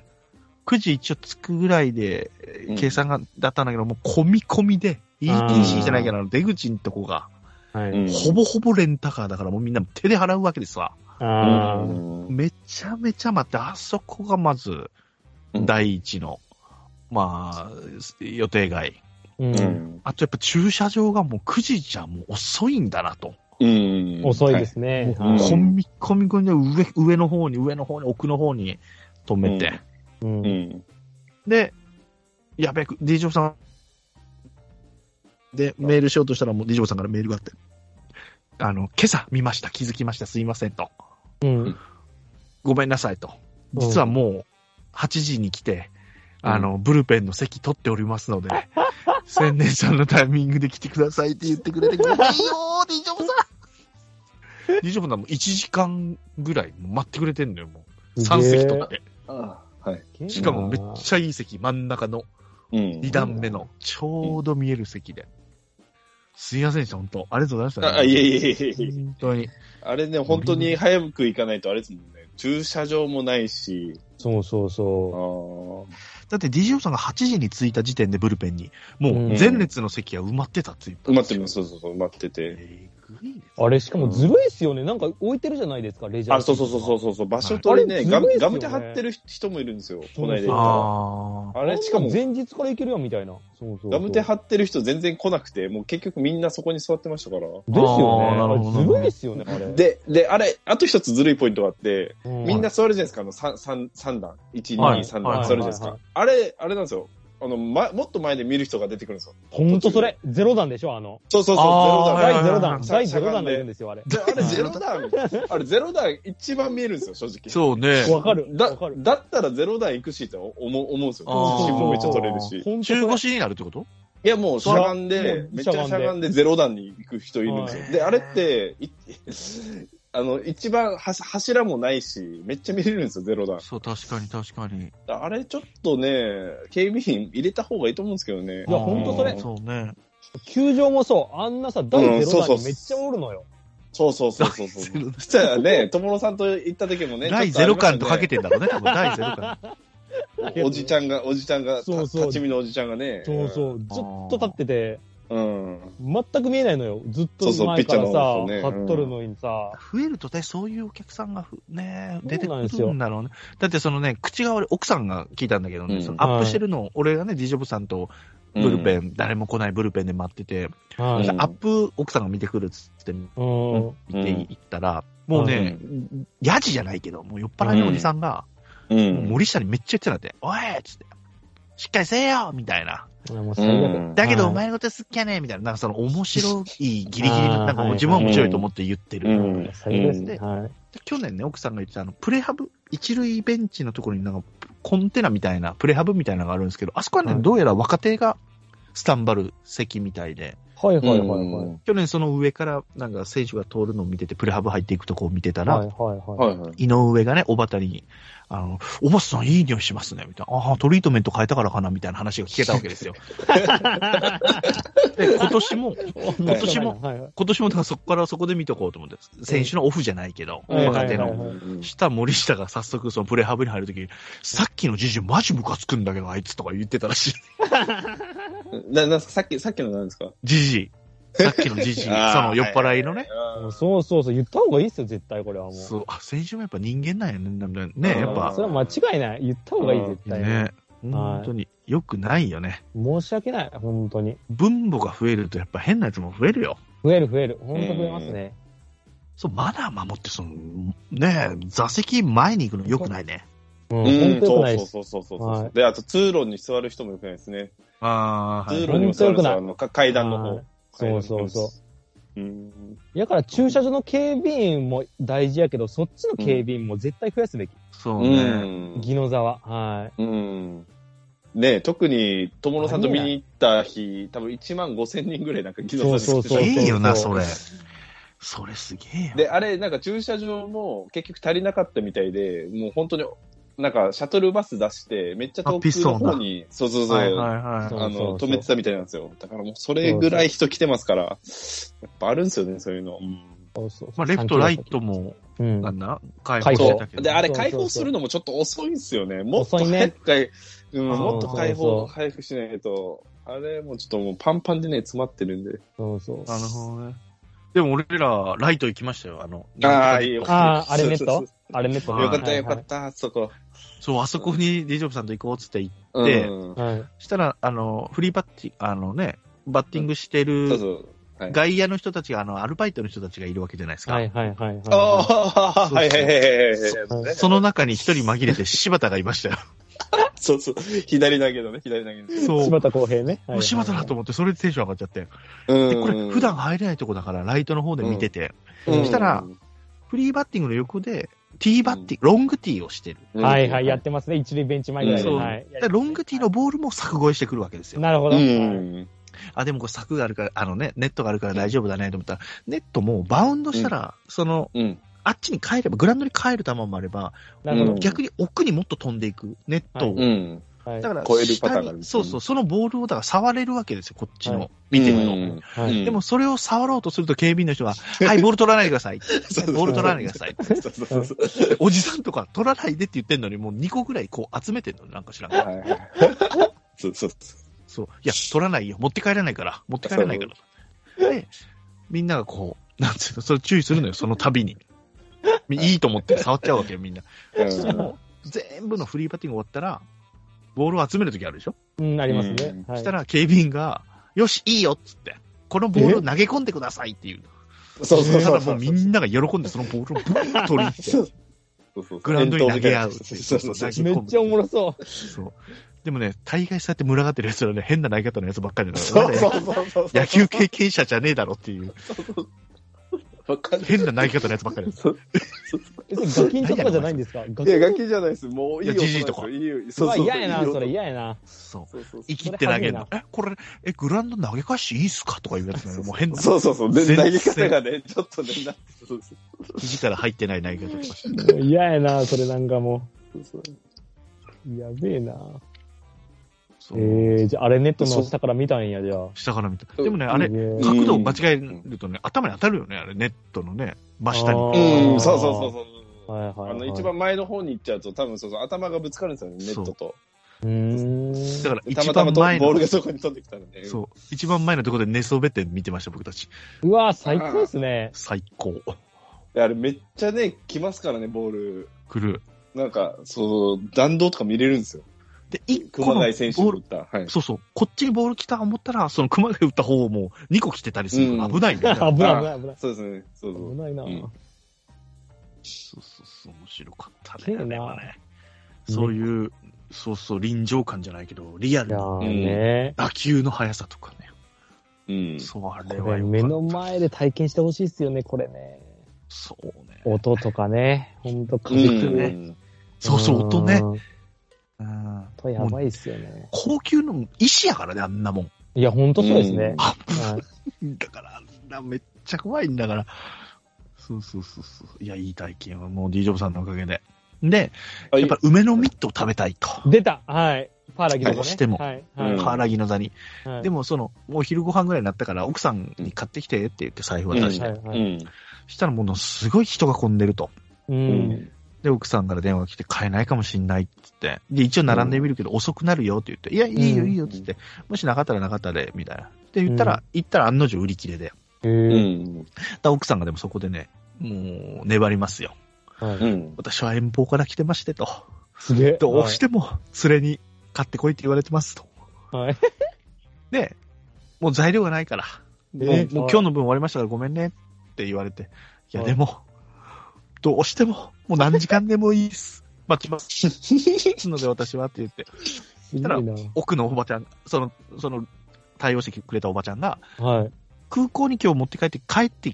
S3: 9時一応着くぐらいで、えー
S2: うん
S3: 計算が、だったんだけど、もう込み込みで、
S1: あー
S3: ETC じゃないけど、あの出口のとこが、
S1: はい
S2: うん
S3: ほぼほぼレンタカーだから、もうみんな手で払うわけですわ。
S1: あー
S3: めちゃめちゃ待って、あそこがまず、
S2: うん
S3: 第一の、まあ、予定外。
S1: うん
S2: うん。
S3: あとやっぱ駐車場がもう9時じゃもう遅いんだなと。
S2: うん。
S1: 遅いで。すね。は
S3: もう
S1: い
S3: 込み込み込みで上、上の方に、上の方に、奥の方に止めて。
S1: うん
S2: はい。うん。
S3: で、やべえ、D ジョブさん。で、メールしようとしたら、もう D ジョブさんからメールがあって。あの、今朝見ました、気づきました、すいませんと。
S1: うん。
S3: ごめんなさいと。実はもう、8時に来て、あの、ブルペンの席取っておりますので、 千年さんのタイミングで来てくださいって言ってくれて、嬉しいよー、大丈夫さん。大丈夫なの ?1 時間ぐらい待ってくれてんのよ、もう。3席取って。
S2: ああ、はい。
S1: て
S3: しかもめっちゃいい席、真ん中の
S2: うん
S3: 2段目の、ちょうど見える席で。すいませんでした、本当ありがとうございました、
S2: あ、いえいえいえいえ。
S3: 本当に。
S2: あれね、本当に早く行かないとあれですもんね。駐車場もないし。
S1: そうそう
S2: あ
S1: そ
S2: ー
S3: だって DJ さんが8時に着いた時点でブルペンに、もう
S1: うん
S3: 前列の席が埋まってたって言った
S2: 埋
S3: ん
S2: ま
S3: で
S2: って
S3: すよ
S2: ます。そうそうそう、埋まってて。
S3: えぐいです
S1: う。あれ、しかもずるいっすよね。なんか置いてるじゃないですか、レジャー。
S2: あ、そうそうそうそうそうそう、場所取り
S1: あれ
S2: ね、
S1: ず
S2: ガ
S1: るいっすよね
S2: ムガム手貼ってる人もいるんですよ。こないで行ったら。
S3: ああ。
S2: あ
S1: あ
S2: れ、しかも、
S1: 前日から行けるよ、みたいな。そうそうそう。
S2: ガム手貼ってる人全然来なくて、もう結局みんなそこに座ってましたから。
S1: ですよね。
S3: あーなるほど
S1: あれずるいっすよね、あれ。、
S2: で、で、あれ、あと一つずるいポイントがあって、
S1: う
S2: みんな、座るじゃないですか、あの、三三三段。1、
S3: はい
S2: 2、3
S3: はい
S2: 段座るじゃないです
S1: はい
S2: か。あれ、あれなんですよ。あの、ま、もっと前で見る人が出てくるんですよ。
S1: ほんとそれ、ゼロ段でしょ、あの。
S2: そうそうそう、
S3: あー
S2: ゼロ段。
S3: はい
S1: 第
S3: はい
S1: ゼロ
S3: は
S1: 段第ゼロ段
S3: い、
S1: がいるんですよ、あれ。
S2: であれゼロ段、あれゼロ段一番見えるんですよ、正直。
S3: そうね。
S1: わかる。
S2: だ
S1: わかる。
S2: だったらゼロ段行くしって思う思うんですよ。
S3: あー
S2: 写真もめっちゃ撮れるし。
S1: ほんとそれ
S3: 中腰になるってこと
S2: いや、もうしゃがんで、
S1: もう
S2: めっちゃしゃがんでゼロ段に行く人いるんですよ
S3: は。い
S2: で、あれって、いあの、一番は柱もないし、めっちゃ見れるんですよ、ゼロ段。
S3: そう、確かに確かに。い
S2: あれちょっとね、警備員入れた方がいいと思うんですけどね。
S1: いやほんとそれ
S3: そうね。
S1: 球場もそう。あんなさ、第
S2: うん
S1: ゼ
S2: そう
S1: ロ
S2: そ
S1: 段
S2: う
S1: にめっちゃおるのよ。
S2: そうそうそうそうそう。
S3: 第ゼロ
S2: そしたらね、友野さんと行った時もね、
S3: 第
S2: ちょっ
S3: ゼロ
S2: ありましたね
S3: 感とかけてんだろうね、 多分。第ゼロ感。
S2: おじちゃんが、おじちゃんが、た
S1: そうそう
S2: 立ち見のおじちゃんがね。
S1: そうそう。ずっと立ってて、
S2: うん。
S1: 全く見えないのよ。ずっと
S2: そうそう
S1: 前からさ、
S2: ピッチャーの方ですよね
S1: 張っとるのにさ。
S3: 増えるとね、そういうお客さんがふね、
S1: そ
S3: 出て
S1: う
S3: く
S1: なんですよ
S3: るんだろうね。だってそのね、口が俺、奥さんが聞いたんだけどね、
S2: うん
S3: そのアップしてるのを、俺がね、ディジョブさんとブルペン、誰も来ないブルペンで待ってて、
S1: は
S2: う
S1: い
S2: ん。
S3: アップ奥さんが見てくるっつって見
S1: うん。
S3: て行ったら、もうね、ヤジじゃないけど、もう酔っ払いのおじさんが、
S2: うん。
S3: もう森下にめっちゃ言ってたんだって、おいっつって、しっかりせえよみたいな。
S1: もう
S2: う
S1: 最悪。
S2: ん。
S3: だけど
S1: はい
S3: お前のこと好きやねみたいな、なんかその面白い、ギリギリの、なんか
S1: あー
S3: 自分は面白いと思って言ってる。
S2: うん
S1: 最悪ですね。
S3: う
S1: はい。
S3: で去年ね、奥さんが言ってた、あの、プレハブ、一塁ベンチのところになんかコンテナみたいな、プレハブみたいなのがあるんですけど、あそこはね、
S1: はい
S3: どうやら若手がスタンバル席みたいで、
S1: はいは
S2: はいい
S1: は
S2: はいい
S1: は。
S2: はいい。
S3: 去年その上からなんか選手が通るのを見てて、プレハブ入っていくとこを見てたら、
S1: はいはいは。
S2: はいいはい。
S3: 井上がね、おばたに、あの、おばさんいい匂いしますね、みたいな。ああ、トリートメント変えたからかな、みたいな話が聞けたわけですよ。で今年も、今年も、
S1: はいはい。
S3: 今年もだからそこからそこで見とこうと思って、選手のオフじゃないけど、
S1: うん
S3: 若手
S1: はいはい
S3: の。
S1: はい
S3: した森下が早速そのプレハブに入るとき、さっきのジジイマジムカつくんだけど、あいつとか言ってたらしい。
S2: な、なんすかさっき、さっきの何ですか
S3: ジジイ。さっきのジジイ。そ
S2: あー
S3: の酔っ払いのね。
S1: もうそうそうそう。言った方がいいっすよ、絶対これはもう。
S3: そう、あ、選手もやっぱ人間なんやね、なんだよね、やっ
S1: うん
S3: ぱ
S1: そ。れは間違いない。言った方がいい、
S2: うん
S1: 絶対。
S3: ね。本当に良くないよね。
S1: 申し訳ない、本当に。
S3: 分母が増えるとやっぱ変なやつも増えるよ。
S1: 増える増える。本当増えますね。
S3: そう、マナー守って、その、ねえ、座席前に行くの良くないね。
S1: うん、
S2: うん
S1: 本当良くないです。
S2: そうそうそうそうそう、
S1: はい
S2: で、あと通路に座る人もよくないですね。
S3: あ
S2: 通路
S1: ロ
S2: にも座る
S1: 本当良くない
S2: 人あのか階段の
S1: は
S2: 方。
S1: い。そうそうそう
S2: うん。
S1: だから駐車場の警備員も大事やけど、そっちの警備員も絶対増やすべき。
S3: そう
S2: う
S3: ね。
S2: ん。
S1: 宜野沢。はい。
S2: うん。ねえ特に、友野さんと見に行った日、多分1万5千人ぐらいなんか、ギノさんに来てた
S1: そうそうそう
S3: いいよな、
S1: そ
S3: そうれ。それすげえよ。
S2: で、あれ、なんか駐車場も結局足りなかったみたいで、もう本当に、なんかシャトルバス出して、めっちゃ遠くの方に、そうそうそう、
S3: はいはいはい。
S1: そう
S2: あ
S1: そう
S2: の、
S1: そう
S2: 止めてたみたいなんですよ。だからもうそれぐらい人来てますから、やっぱあるんですよね、そういうの。
S1: そうそう
S3: まあ、レフト、ライトも、
S1: うん。
S3: なんだ、解放
S1: 解
S3: して
S2: そ
S3: たけ
S2: う。
S3: ど。
S2: で、あれ
S1: そうそうそう
S2: 解放するのもちょっと遅いんですよね。もっと
S1: 遅いね
S2: 早く解、うん、
S3: あー
S2: もっと解
S1: そうそ
S2: 放、
S1: う
S2: 回復しないと、あれもうちょっともうパンパンでね、詰まってるんで。
S1: そうそう。
S3: なるほどね。でも俺ら、ライト行きましたよ、あの。
S2: ああ、いいよ。
S1: ああ、あれネッ
S2: そうそ
S1: ト
S2: うそ
S1: あれネット
S2: う
S1: ね
S2: よかった、よかっ。た、そこ。
S3: そう、あそこにディジョブさんと行こうっつって行っ
S2: う
S3: で
S2: ん。
S1: はいはいはい。
S3: したら、あの、フリーバッティ、あのね、バッティングしてる
S2: そうそう。はい
S3: 外野の人たちが、あの、アルバイトの人たちがいるわけじゃないですか。
S1: はいはいはいはい。
S2: ああ、はいはいはいはいはい。
S3: その中に一人紛れて柴田がいましたよ。
S2: そうそう。左投げだね、左投げです。
S3: そう。
S1: 柴田公平ね。はいはい
S3: 柴田だと思って、それでテンション上がっちゃって。
S2: う
S3: で、これ、普段入れないとこだから、ライトの方で見てて、
S1: そ
S3: したら、フリーバッティングの横で、ティーバッティング、ロングティーをしてる。
S1: はいはい、やってますね。一塁ベンチ前ぐらいで。
S3: そう
S1: はい
S3: でロングティーのボールも柵越えしてくるわけですよ。
S1: なるほ
S2: う
S1: ど。
S2: ん。
S3: あ、でもこれ柵があるから、あのね、ネットがあるから大丈夫だねと思ったら、ネットもバウンドしたら、その、
S2: うん。
S3: あっちに帰れば、グラウンドに帰る球もあれば、
S1: なるほ
S2: うん
S3: 逆に奥にもっと飛んでいく、ネットを。
S1: は
S2: うん。
S1: ど。はい
S3: だから
S2: 超えるパターンがあ
S3: 下
S2: る
S3: にそうそう、そのボールをだから触れるわけですよ、こっちの、
S1: はい
S3: 見てる
S2: う
S3: の。
S2: ん
S1: は
S2: う
S1: い。
S2: ん
S3: でもそれを触ろうとすると警備員 の人が、はい、ボール取らないでください。
S2: そうそう
S3: ボール取らないでください。
S2: そうそうそう。
S3: おじさんとか取らないでって言ってんのに、もう2個ぐらいこう集めてんのなんか知らんけど。
S2: はいはい。そうそうそ
S3: そう。いや、取らないよ。持って帰らないから。持って帰らないから。で、みんながこう、なんつうの、それ注意するのよ、その度に。みいいと思って触っちゃうわけよ、みんな。
S2: う。うん
S3: もう、全部のフリーバッティング終わったら、ボールを集めるときあるでしょ、
S1: うん、ありますね。
S3: そ
S1: は
S3: し
S1: い
S3: た。ら警備員が、よし、いいよっつって、このボールを投げ込んでくださいっていう。
S2: そうそう
S3: た
S2: そう
S3: だ
S2: そ
S3: もう
S2: う。
S3: みんなが喜んでそのボールをブーン取りに行って
S2: そうそうそう。
S3: グラウンドに投げ合う
S2: そうそうそうそう。
S1: めっちゃおもろそ
S3: そう。でもね、大概そうやって群がってるやつらね、変な投げ方のやつばっかりなのよ。
S2: そう
S3: まだ
S2: そうそうそう。
S3: 野球経験者じゃねえだろっていう、
S2: わかんない
S3: 変な投げ方のやつばっかりです。
S1: う。え、それガキンチョとかじゃないんですかガ
S2: い
S1: キ
S2: や、
S1: ン
S2: ガキじゃないです。もういい
S3: いやじじいとか
S2: いいよ。そうう
S1: わ、
S2: そう。
S1: 嫌や
S2: いい
S1: な、
S2: よ
S1: それ。嫌やな。
S3: そう。
S2: そうそうそう。
S3: 生きって投げるの
S1: そ。
S3: え、これ、え、グラウンド投げ返していいっすかとかいうや つなのよもう変な。
S2: そうそうそう。で、
S3: 全
S2: 投
S3: 然
S2: げ方がね、ちょっとね、なそうそう
S3: 肘から入ってない投げ方とかして。
S1: 嫌やな、それなんかも
S2: そうそう。
S1: う。やべえな。
S3: そう
S1: えー、じゃあ、あれネットの下から見たんや、じゃあ。
S3: 下から見た。でもね、あれ
S1: す、げえ
S3: 角度を間違えるとね、頭に当たるよね、あれ、ネットのね、真下に。
S1: ー
S2: うん、そうそうそうそうそう。
S1: はいはい、はい。
S2: あの、一番前の方に行っちゃうと、多分そうそう、頭がぶつかるんですよね、ネットと。
S1: うーん。
S3: だから
S2: でた
S3: 一
S2: また
S3: 番
S2: まと
S3: 前
S2: ボー
S3: の
S2: ル、がそこに飛んできたらね。う。
S3: そう、一番前のところで寝そべって見てました、僕たち。
S1: うわー、最高ですね。
S3: 最高。
S2: あれ、めっちゃね、来ますからね、ボール。
S3: 来る。
S2: なんか、そう、弾道とか見れるんですよ。
S3: で、一個
S2: 熊
S3: のボ
S2: 谷選手に
S3: ー
S2: 打
S3: ル
S2: っ、た。はい。
S3: そうそう、こっちにボール来たと思ったら、その熊谷打った方も2個来てたりするから
S2: うん
S3: 危ないよ ね。
S1: 危ない危ない危ない。
S2: そうですね。そうそ
S1: 危
S2: う。
S1: ないな。
S2: うん
S3: そうそうそう、面白かった
S1: すげえな
S3: ね。あれはねそういう、そうそう、臨場感じゃないけど、リア
S1: い
S3: ル
S1: や
S3: な
S1: ーね。
S3: 打球の速さとかね。
S2: うん。
S3: そう、あれ
S1: こ
S3: は
S1: れ
S3: よ
S1: 目
S3: か
S1: の
S3: った。
S1: 前で体験してほしいっすよね、これね。
S3: そうね。
S1: 音とかね。ほんと、
S2: う
S1: 風
S3: ん
S1: 来るね。
S2: ん。
S3: そうそう、音ね。
S1: うん。
S3: うん
S1: とやばいっすよね。
S3: 高級の石やからね、あんなもん。
S1: いや、ほんとそうですね
S2: うん。
S3: あ
S1: はい
S3: だから、あんなめっちゃ怖いんだから。そうそうそうそう。いや、いい体験はもう D ジョブさんのおかげで。で、
S2: あ、
S3: や
S2: や
S3: っぱ梅のミットを食べたいと。
S1: 出たはい。パーラギとかね。
S3: どうしても
S1: はい。
S2: う
S1: は
S2: ん
S3: カーラギの座に。
S1: い。はい
S3: で、も、その、もう昼ご飯ぐらいになったから、奥さんに買ってきてって言って財布渡し
S1: は
S3: て。
S1: いは
S2: う
S1: い。
S2: ん。
S3: したら、ものすごい人が混んでると。
S1: う。。
S2: うん
S3: で、奥さんから電話来て、買えないかもしんないって言って。で、一応並んでみるけど、遅くなるよって言って。いや、いいよ、
S1: うん
S3: いいよって言って。もしなかったらなかったで、みたいな。って言った
S1: う
S3: ら、行ったら案の定売り切れで。
S1: え
S2: う
S1: ー
S2: ん。
S3: だから奥さんがでもそこでね、もう、粘りますよ。
S1: は
S2: う
S1: い。
S2: ん。
S3: 私は遠方から来てましてと。
S1: すげえ。
S3: どうしても連れに買ってこいって言われてますと。
S1: はい。
S3: で、もう材料がないから、
S1: え
S3: もうもう今日
S1: の。
S3: の分終わりましたからごめんねって言われて、いや
S1: はい
S3: でも、どうしても、もう何時間でもいいっす。 待ちます。ですので私はって言って、
S1: すごいな。
S3: 奥のおばちゃん、その、その、対応してくれたおばちゃんが、
S1: はい。
S3: 空港に今日持って帰って帰って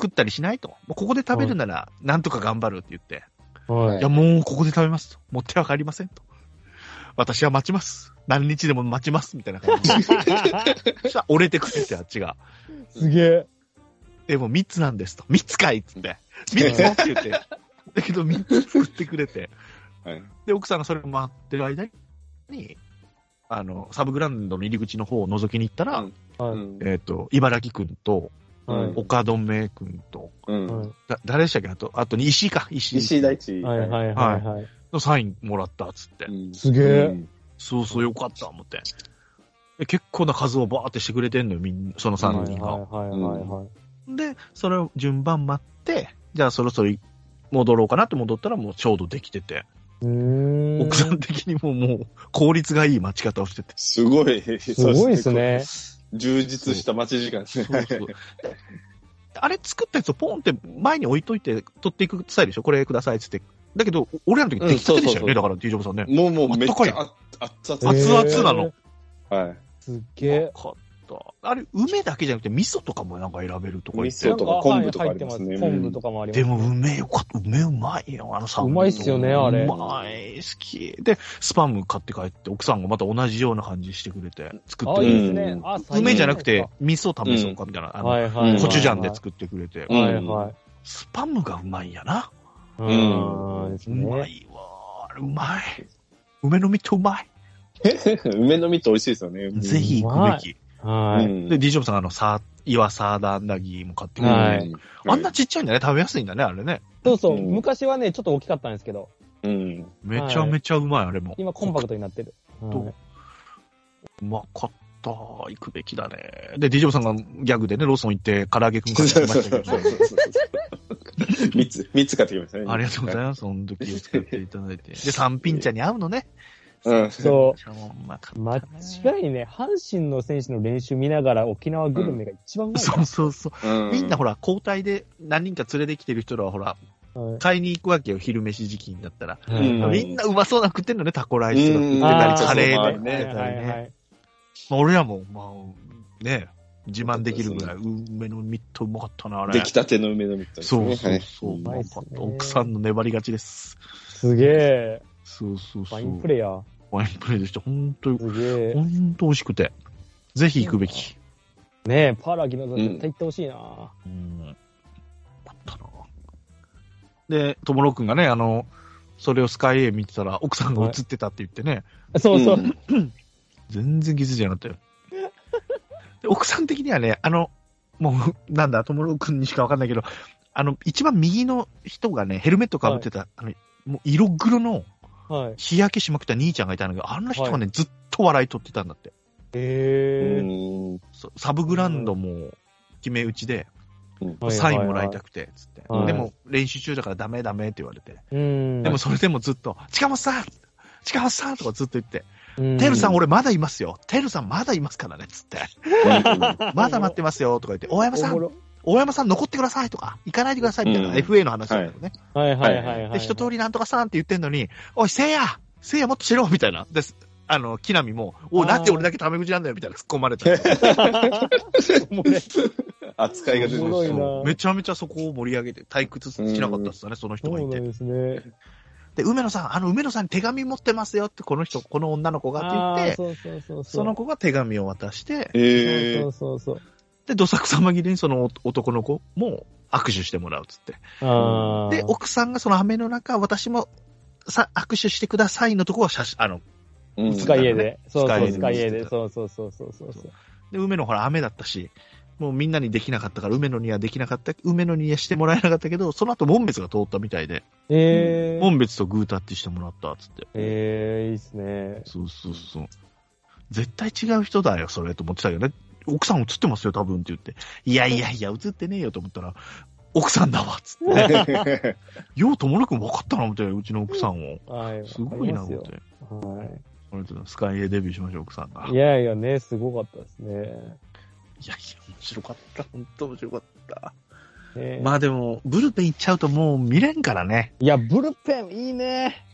S3: 食ったりしないと。もうここで食べるなら、なんとか頑張るって言って、
S1: はい
S3: いや、もうここで食べますと。持っては帰りませんと。私は待ちます。何日でも待ちます。みたいな 感じ。そしたら折れてくれて、あっちが。
S1: い。すげえ。
S3: でも3つなんですと。3つかいっつって。3つって言って。だけど3つ作ってくれて。
S2: はい。
S3: で、奥さんがそれを待ってる間に、あの、サブグラウンドの入り口の方を覗きに行ったら、
S2: うん
S1: は
S2: う
S1: い。
S2: ん
S3: えっ、と、茨城くんと、
S1: はい
S3: 岡留めくんと、
S2: うん。
S3: だ誰でしたっけあと、あとに石井か、石井。
S2: 石井大地。
S1: はいはいはいはいはい。
S3: のサインもらったっつって
S2: う。ん。
S1: すげえ
S2: うん。
S3: そうそう、よかった、思って。で結構な数をバーってしてくれてんのよ、みんその3人
S1: はい
S3: が。
S1: はいはいはい。
S3: で、それを順番待って、じゃあそろそろ戻ろうかなって戻ったらもうちょうどできてて、
S1: うーん。
S3: 奥さん的にももう効率がいい待ち方をしてて。
S2: すごい。
S1: すごいですね。
S2: 充実した待ち時間です
S3: そう
S2: ね。
S3: そうあれ作ったやつをポンって前に置いといて取っていくスタイルでしょこれくださいっつってだけど、俺らの時、出来たてでしたよ
S2: う
S3: ね、
S2: ん
S3: だから、T ジョブさんね。
S2: い。 もうもうめっちゃああ熱々
S3: 熱
S2: です
S3: 々なの
S1: へー。
S2: はい。
S1: すっげえ。
S3: かった。あれ、梅だけじゃなくて、味噌とかもなんか選べるとこ行って
S2: 味噌とか昆布とか
S1: な
S2: あ
S1: ん
S2: り
S1: か
S2: ま
S1: はい
S2: す
S1: 入
S2: ね
S1: ってます昆布とかもあります。
S3: でも、梅よかった。梅うまいよ、あのサンド
S1: うまいっすよねあれ
S3: うまい、好き。で、スパム買って帰って、奥さんがまた同じような感じしてくれて、作っ
S1: あ、
S3: て
S1: い
S3: く
S1: い
S3: れ
S1: で
S3: て。
S1: すね
S2: う。ん
S1: あ、最高
S3: 梅じゃなくて、味噌試そうか、みたいな。あの
S1: はいはいはい。
S3: コチュジャンで作ってくれて。
S2: うん
S1: はいはい。
S3: スパムがうまいんやな。
S1: うんーん。です
S3: うま
S1: ね。
S3: いわ。あれうまい。梅の実ってうまい。
S2: 梅の実って美味しいですよね。
S3: ぜひ行くべき。
S2: う
S1: はい。
S2: ん。
S3: で、D ジョブさん、あの、さ、岩サーダンダギーも買ってくれて、
S1: はい
S3: あんなちっちゃいんだね。食べやすいんだね、あれね。
S1: そうそう。
S2: うん
S1: 昔はね、ちょっと大きかったんですけど、
S2: うん。
S3: めちゃめちゃうまい、あれも。
S1: 今コンパクトになってる。
S3: と
S1: は
S3: うまかった。行くべきだね。で、D ジョブさんがギャグでね、ローソン行って、唐揚げくん買ってきました けど。
S2: 三つ、三つ買ってきましたね。
S3: ありがとうござい
S2: ま
S3: ます。その時を使っていただいて。で、三品茶に合うのね。
S1: い
S2: す。うん。
S1: そう。
S3: もうまかったね
S1: 間違いね、阪神の選手の練習見ながら沖縄グルメが一番うまいか
S3: そうそうそう。
S2: う
S3: みんなほら、交代で何人か連れてきてる人らはほら、
S1: ら。はい
S3: 買いに行くわけよ、昼飯時期になったら。
S2: ん
S1: はい
S2: うん
S3: みんなうまそうな食ってんのね、タコライスとか食ってた
S1: うん
S3: り、カレ
S2: あ
S3: ー
S2: ー
S3: ね。食ってた
S1: は
S3: り
S1: いはいは
S3: ね
S1: い。
S3: まあ俺らも、まあ、ね、自慢できるぐらい、梅の実とうまかったな、あれ。
S2: 出来たての梅の実ってこと
S3: そう
S2: です
S3: そう
S2: ね。
S3: そう、う
S1: は
S3: ま
S1: い
S3: かった。奥さんの粘り勝ちです。
S1: すげえ。
S3: そうそう
S1: フ
S3: そ
S1: ァ
S3: う。
S1: インプレイヤー。
S3: ファインプレイでした。本当に、
S1: すげえ。
S3: 本当美味しくて。ぜひ行くべき。
S1: ねえ、パーラーギノザ絶対行ってほしいな。
S3: うん。あったな。で、ともろくんがね、あの、それをスカイエー見てたら、奥さんが映ってたって言ってね、
S1: そうそう。
S2: ん
S3: 全然気づいてな かったよ。で奥さん的にはね、あの、もう、なんだ、ともろくんにしかわかんないけど、あの、一番右の人がね、ヘルメットかぶってた、あの、もう色黒の
S1: はい。へ
S3: 日焼けしまくった兄ちゃんがいたんだけど、あの人がね、
S1: は
S3: ずっと笑い取ってたんだって。
S1: え。
S2: うん
S3: そサブグラウンドも決め打ちで、
S1: はい
S3: サインもらいたくて、つって。
S1: はい
S3: でも、練習中だからダメダメって言われて。
S1: うん。
S3: でも、それでもずっと、近本さん近本さんとかずっと言って、
S1: うん
S3: てるさん俺まだいますよ。てるさんまだいますからね、つって。まだ待ってますよとか言って、大山さ
S1: おも
S3: ん、
S1: ろ
S3: 大山さん残ってくださいとか、行かないでくださいみたいな、
S2: うん
S3: FA の話だったのね。
S1: はいはいはいはい。
S3: で、一通りなんとかさんって言ってんのに、おい、せいやせいやもっとしろみたいな。で、あの、木並も、お
S1: あ
S3: い、
S1: ー
S3: なんで俺だけタメ口なんだよみたいな突っ込まれたり。
S1: もうね
S2: 扱いが出て
S1: お
S2: ま
S1: もろ
S2: し
S1: い
S2: た
S1: な。
S3: めちゃめちゃそこを盛り上げて、退屈しなかったっすよね、その人
S1: そ
S3: がいう
S1: な
S3: て
S1: ん。ですね。
S3: で、梅野さん、あの、梅野さんに手紙持ってますよって、この人、この女の子が
S1: あ
S3: って
S1: あ
S3: 言
S1: ー、
S3: って、
S1: そうそうそうそう。
S3: その子が手紙を渡して、
S2: え
S1: そ
S2: ー
S1: うそうそう。
S3: で、どさくさまぎれにその男の子も握手してもらうっつって。
S1: あー
S3: で、奥さんがその雨の中、私もさ握手してくださいのとこは写真、あの、
S2: うん
S1: スカイエーで。そうそう、
S3: ス
S1: ス
S3: カ
S1: カ
S3: イ
S1: イ
S3: エ
S1: エ
S3: ー
S1: ー
S3: で
S1: で。そうそうそうそうそうそう。
S3: で、梅のほら雨だったし、もうみんなにできなかったから、梅野にはできなかった、梅野にはしてもらえなかったけど、その後、門別が通ったみたいで、
S1: えー。
S3: 門別とグータッチしてもらった、つって。
S1: えー、いいっすね。
S3: そうそうそう。絶対違う人だよ、それ、と思ってたけどね。奥さん映ってますよ、多分って言って。いやいやいや、映ってねえよと思ったら、奥さんだわ、 つって。よう、ともろくん分かったな、思って、うちの奥さんを。
S1: はい。
S3: すごいな、
S1: わか
S3: 思
S1: りま
S3: っ
S1: す
S3: て。
S1: よ
S3: あ
S1: は
S3: りがとうございますスカイエデビューしましょう、奥さんが。
S1: い。いやいやね、すごかったですね。
S3: いやいや、面白かった。本当面白かった。
S1: ね
S3: まあでも、ブルペン行っちゃうともう見れんからね。
S1: いや、ブルペンいいね。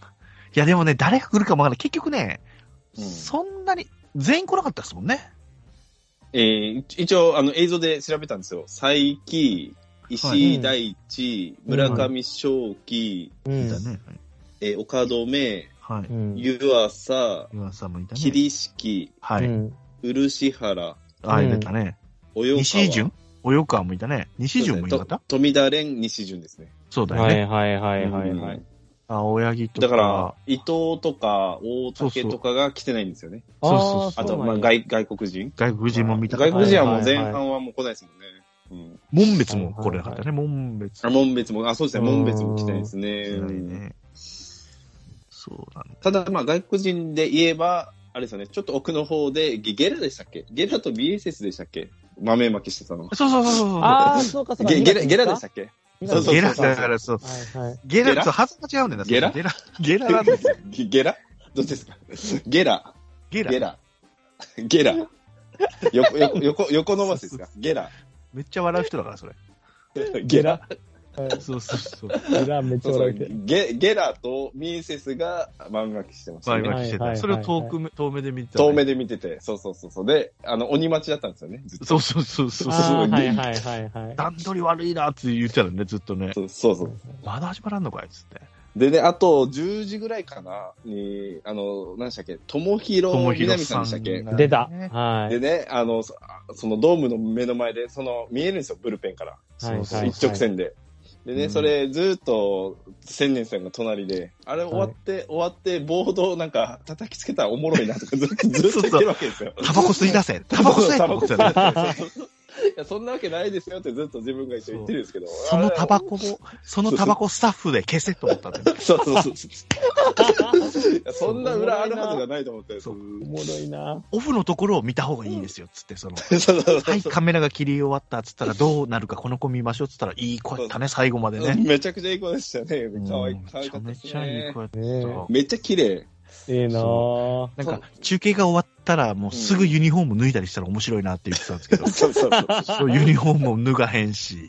S3: いやでもね、誰が来るかもわからない。結局ね、
S2: うん
S3: そんなに、全員来なかったですもんね。
S2: えー一応、あの、映像で調べたんですよ。佐伯、石井大地、
S1: うん
S2: 村上正樹、
S1: うん
S3: いたね。
S2: えー岡留、
S3: はい。
S1: うん
S2: 湯浅、
S3: 岩井さんもいたね。
S2: 桐敷、
S3: は
S1: う
S3: い。
S1: ん
S2: 漆原、
S3: あ、いたね。
S2: 及川。
S3: 西井潤及川もいたね。西井潤もいなかった
S2: と富田蓮、西潤ですね。
S3: そうだよ
S1: は
S3: ね。
S1: いはいはいはいは
S2: う
S1: い
S2: ん。
S3: あ、青柳とか。
S2: だから、伊藤とか大竹とかが来てないんですよね。
S3: そうそう
S1: ー
S2: あと、
S1: なん
S2: まあ、
S1: や
S2: 外外国人。
S3: 外国人も見た
S2: 外国人はもう
S1: 全
S2: 前半はもう来ないですもんね。うん。
S3: 門別も来れなかったね。門別。
S2: あ、門別も、あ、そうですね、
S1: うん
S2: 門別も来てないですね。
S3: 来ない
S2: うん
S3: ね。そうなんだ。
S2: ただ、まあ、外国人で言えば、あれですよね、ちょっと奥の方で、ゲゲラでしたっけゲラとビエセスでしたっけ豆まきしてたの。
S3: そうそうそうそう。
S1: ああ、そうかそうか。
S2: ゲゲラゲラでした
S1: っ
S2: っけ
S1: け
S2: そうそう
S3: ゲ
S2: そ
S3: ラ
S2: う
S3: だからそう。
S1: はいはい。
S3: ゲラ
S2: ゲラ
S3: と発音が違うんだよな。
S2: ゲラ
S3: ゲラゲラなんですよ。
S2: ゲ ゲラどっちですかゲラ、
S3: ゲラ
S2: ゲラ、ゲラ。横、横、横、横のマスですかゲラ、
S3: めっちゃ笑う人だから、それ。
S2: ゲラ、
S3: そうそう そう。
S1: 裏めっち
S2: そ
S1: ゃ
S2: うそ
S1: 笑
S2: う
S1: って。
S2: ゲゲラとミンセスが漫画きしてました、
S3: 前
S2: ね。
S1: 漫画
S3: 々して
S1: はいはいはいはい
S3: た。それを遠くめ、遠目で見てた。
S2: 遠目で見てて、そうそうそうそう。で、あの、鬼待ちだったんですよね。ずっと
S3: そうそうそうそう。
S1: あーはいはいはいはい。
S3: 段取り悪いなって言ってたのね、ずっとね。
S2: そうそうそう。
S3: まだ始まらんのかいっつって。
S2: でね、あと、10時ぐらいかな、に、あの、何でしたっけ、ともひろ
S3: 友
S2: みな
S3: 廣
S2: みさんでしたっけ。
S3: が
S1: 出た。
S3: ね
S1: はい。
S2: でね、あの、そそのドームの目の前で、その、見えるんですよ、ブルペンから。
S1: はい
S3: そう
S1: はい
S2: 一直線 で。でね、
S3: うん
S2: それ、ずっと、千年さんが隣で、あれ終わって、終わって、ボードをなんか、叩きつけたらおもろいなとか、ずっ と、ずっと言ってるわけですよ。
S3: タバコ吸い 出せタバコ吸
S2: タ
S3: えタ
S2: バ
S3: バ
S2: コ
S3: コ
S2: 吸
S3: 吸
S2: え
S3: え
S2: いや、そんなわけないですよってずっと自分が一緒に言ってるんですけど。
S3: そのタバコも、そのタバコスタッフで消せと思ったんだよね。
S2: そうそうそうそう。いやそんな裏あるはずがないと思って。
S3: そう
S1: おもろいな。
S3: オフのところを見た方がいいですよ、つって、その、
S2: そうそうそう
S3: はい、カメラが切り終わった、つったら、どうなるか、この子見ましょう、つったら、いい子やったね、最後までね。
S2: めちゃくちゃいい子でしたね。可愛い
S3: うん
S2: 可愛かったで
S3: め
S2: す
S3: ちゃめちゃいい
S2: ね
S3: 子。やった。
S1: ね
S2: めっちゃ綺麗。
S1: ええなぁ。
S3: なん
S2: そう
S3: か、中継が終わったら、もうすぐユニフォーム脱いだりしたら面白いなって言ってたんです けど、
S2: そうそうそう。
S3: そうユニフォームも脱がへんし、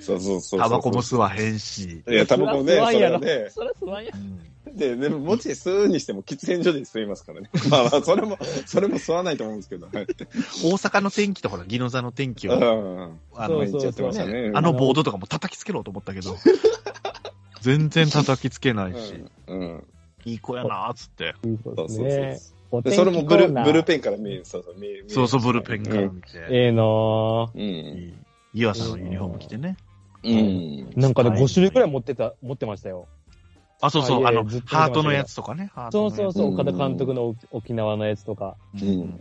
S2: そうそうそう。
S3: タバコも吸わへんし、
S2: いや、タバコね、
S1: そら吸
S2: そ
S1: わ
S2: れ
S1: んや
S2: は
S1: ろ
S2: ね。
S1: そりゃそうなんや。
S3: うん
S2: で、でも、もし吸うにしても喫煙所で吸いますからね。 まあまあ、それも、それも吸わないと思うんですけど。はい。
S3: 大阪の天気とほら、宜野座の天気
S2: う
S3: を、
S2: ん。
S3: あ
S1: そう、
S3: の
S2: 毎日やってましたね。
S3: あのボードとかも叩きつけろと思ったけど、全然叩きつけないし、
S2: うん。うん。
S3: いい子やなーっつって、
S1: いい子
S2: そ
S1: で
S2: うそう
S1: す
S2: そう
S1: ね。お
S2: で
S1: 天気
S2: それもブル
S1: コーナー
S2: ブルペンから見える。そうそう、見える。
S3: そうそう、ブルペンから見て、
S1: ええなぁ。
S2: うん。うん。
S3: いい湯浅のユニフォーム着てね。
S2: うん。
S1: なんかね、
S3: はい
S1: 5種類くらい持ってた、持ってましたよ。
S3: あ、そうそう、
S1: あ
S3: あ
S1: いえいえ
S3: の
S1: ずっと見てまし、たけど
S3: ハートのやつとかね、ハー
S1: そ
S3: ト
S1: う
S3: の
S1: そ
S3: や
S1: う
S3: つ
S1: そう、
S2: うん
S1: 岡田監督の沖沖縄のやつとか。
S2: うん。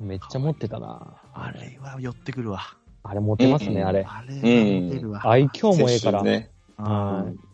S1: めっちゃ持ってたな
S3: あれは寄ってくるわ。
S1: あれ持ってます
S2: うん
S1: ね、あれ。
S3: あれは持てるわ。
S1: 愛嬌もええから。
S2: ね。
S3: はい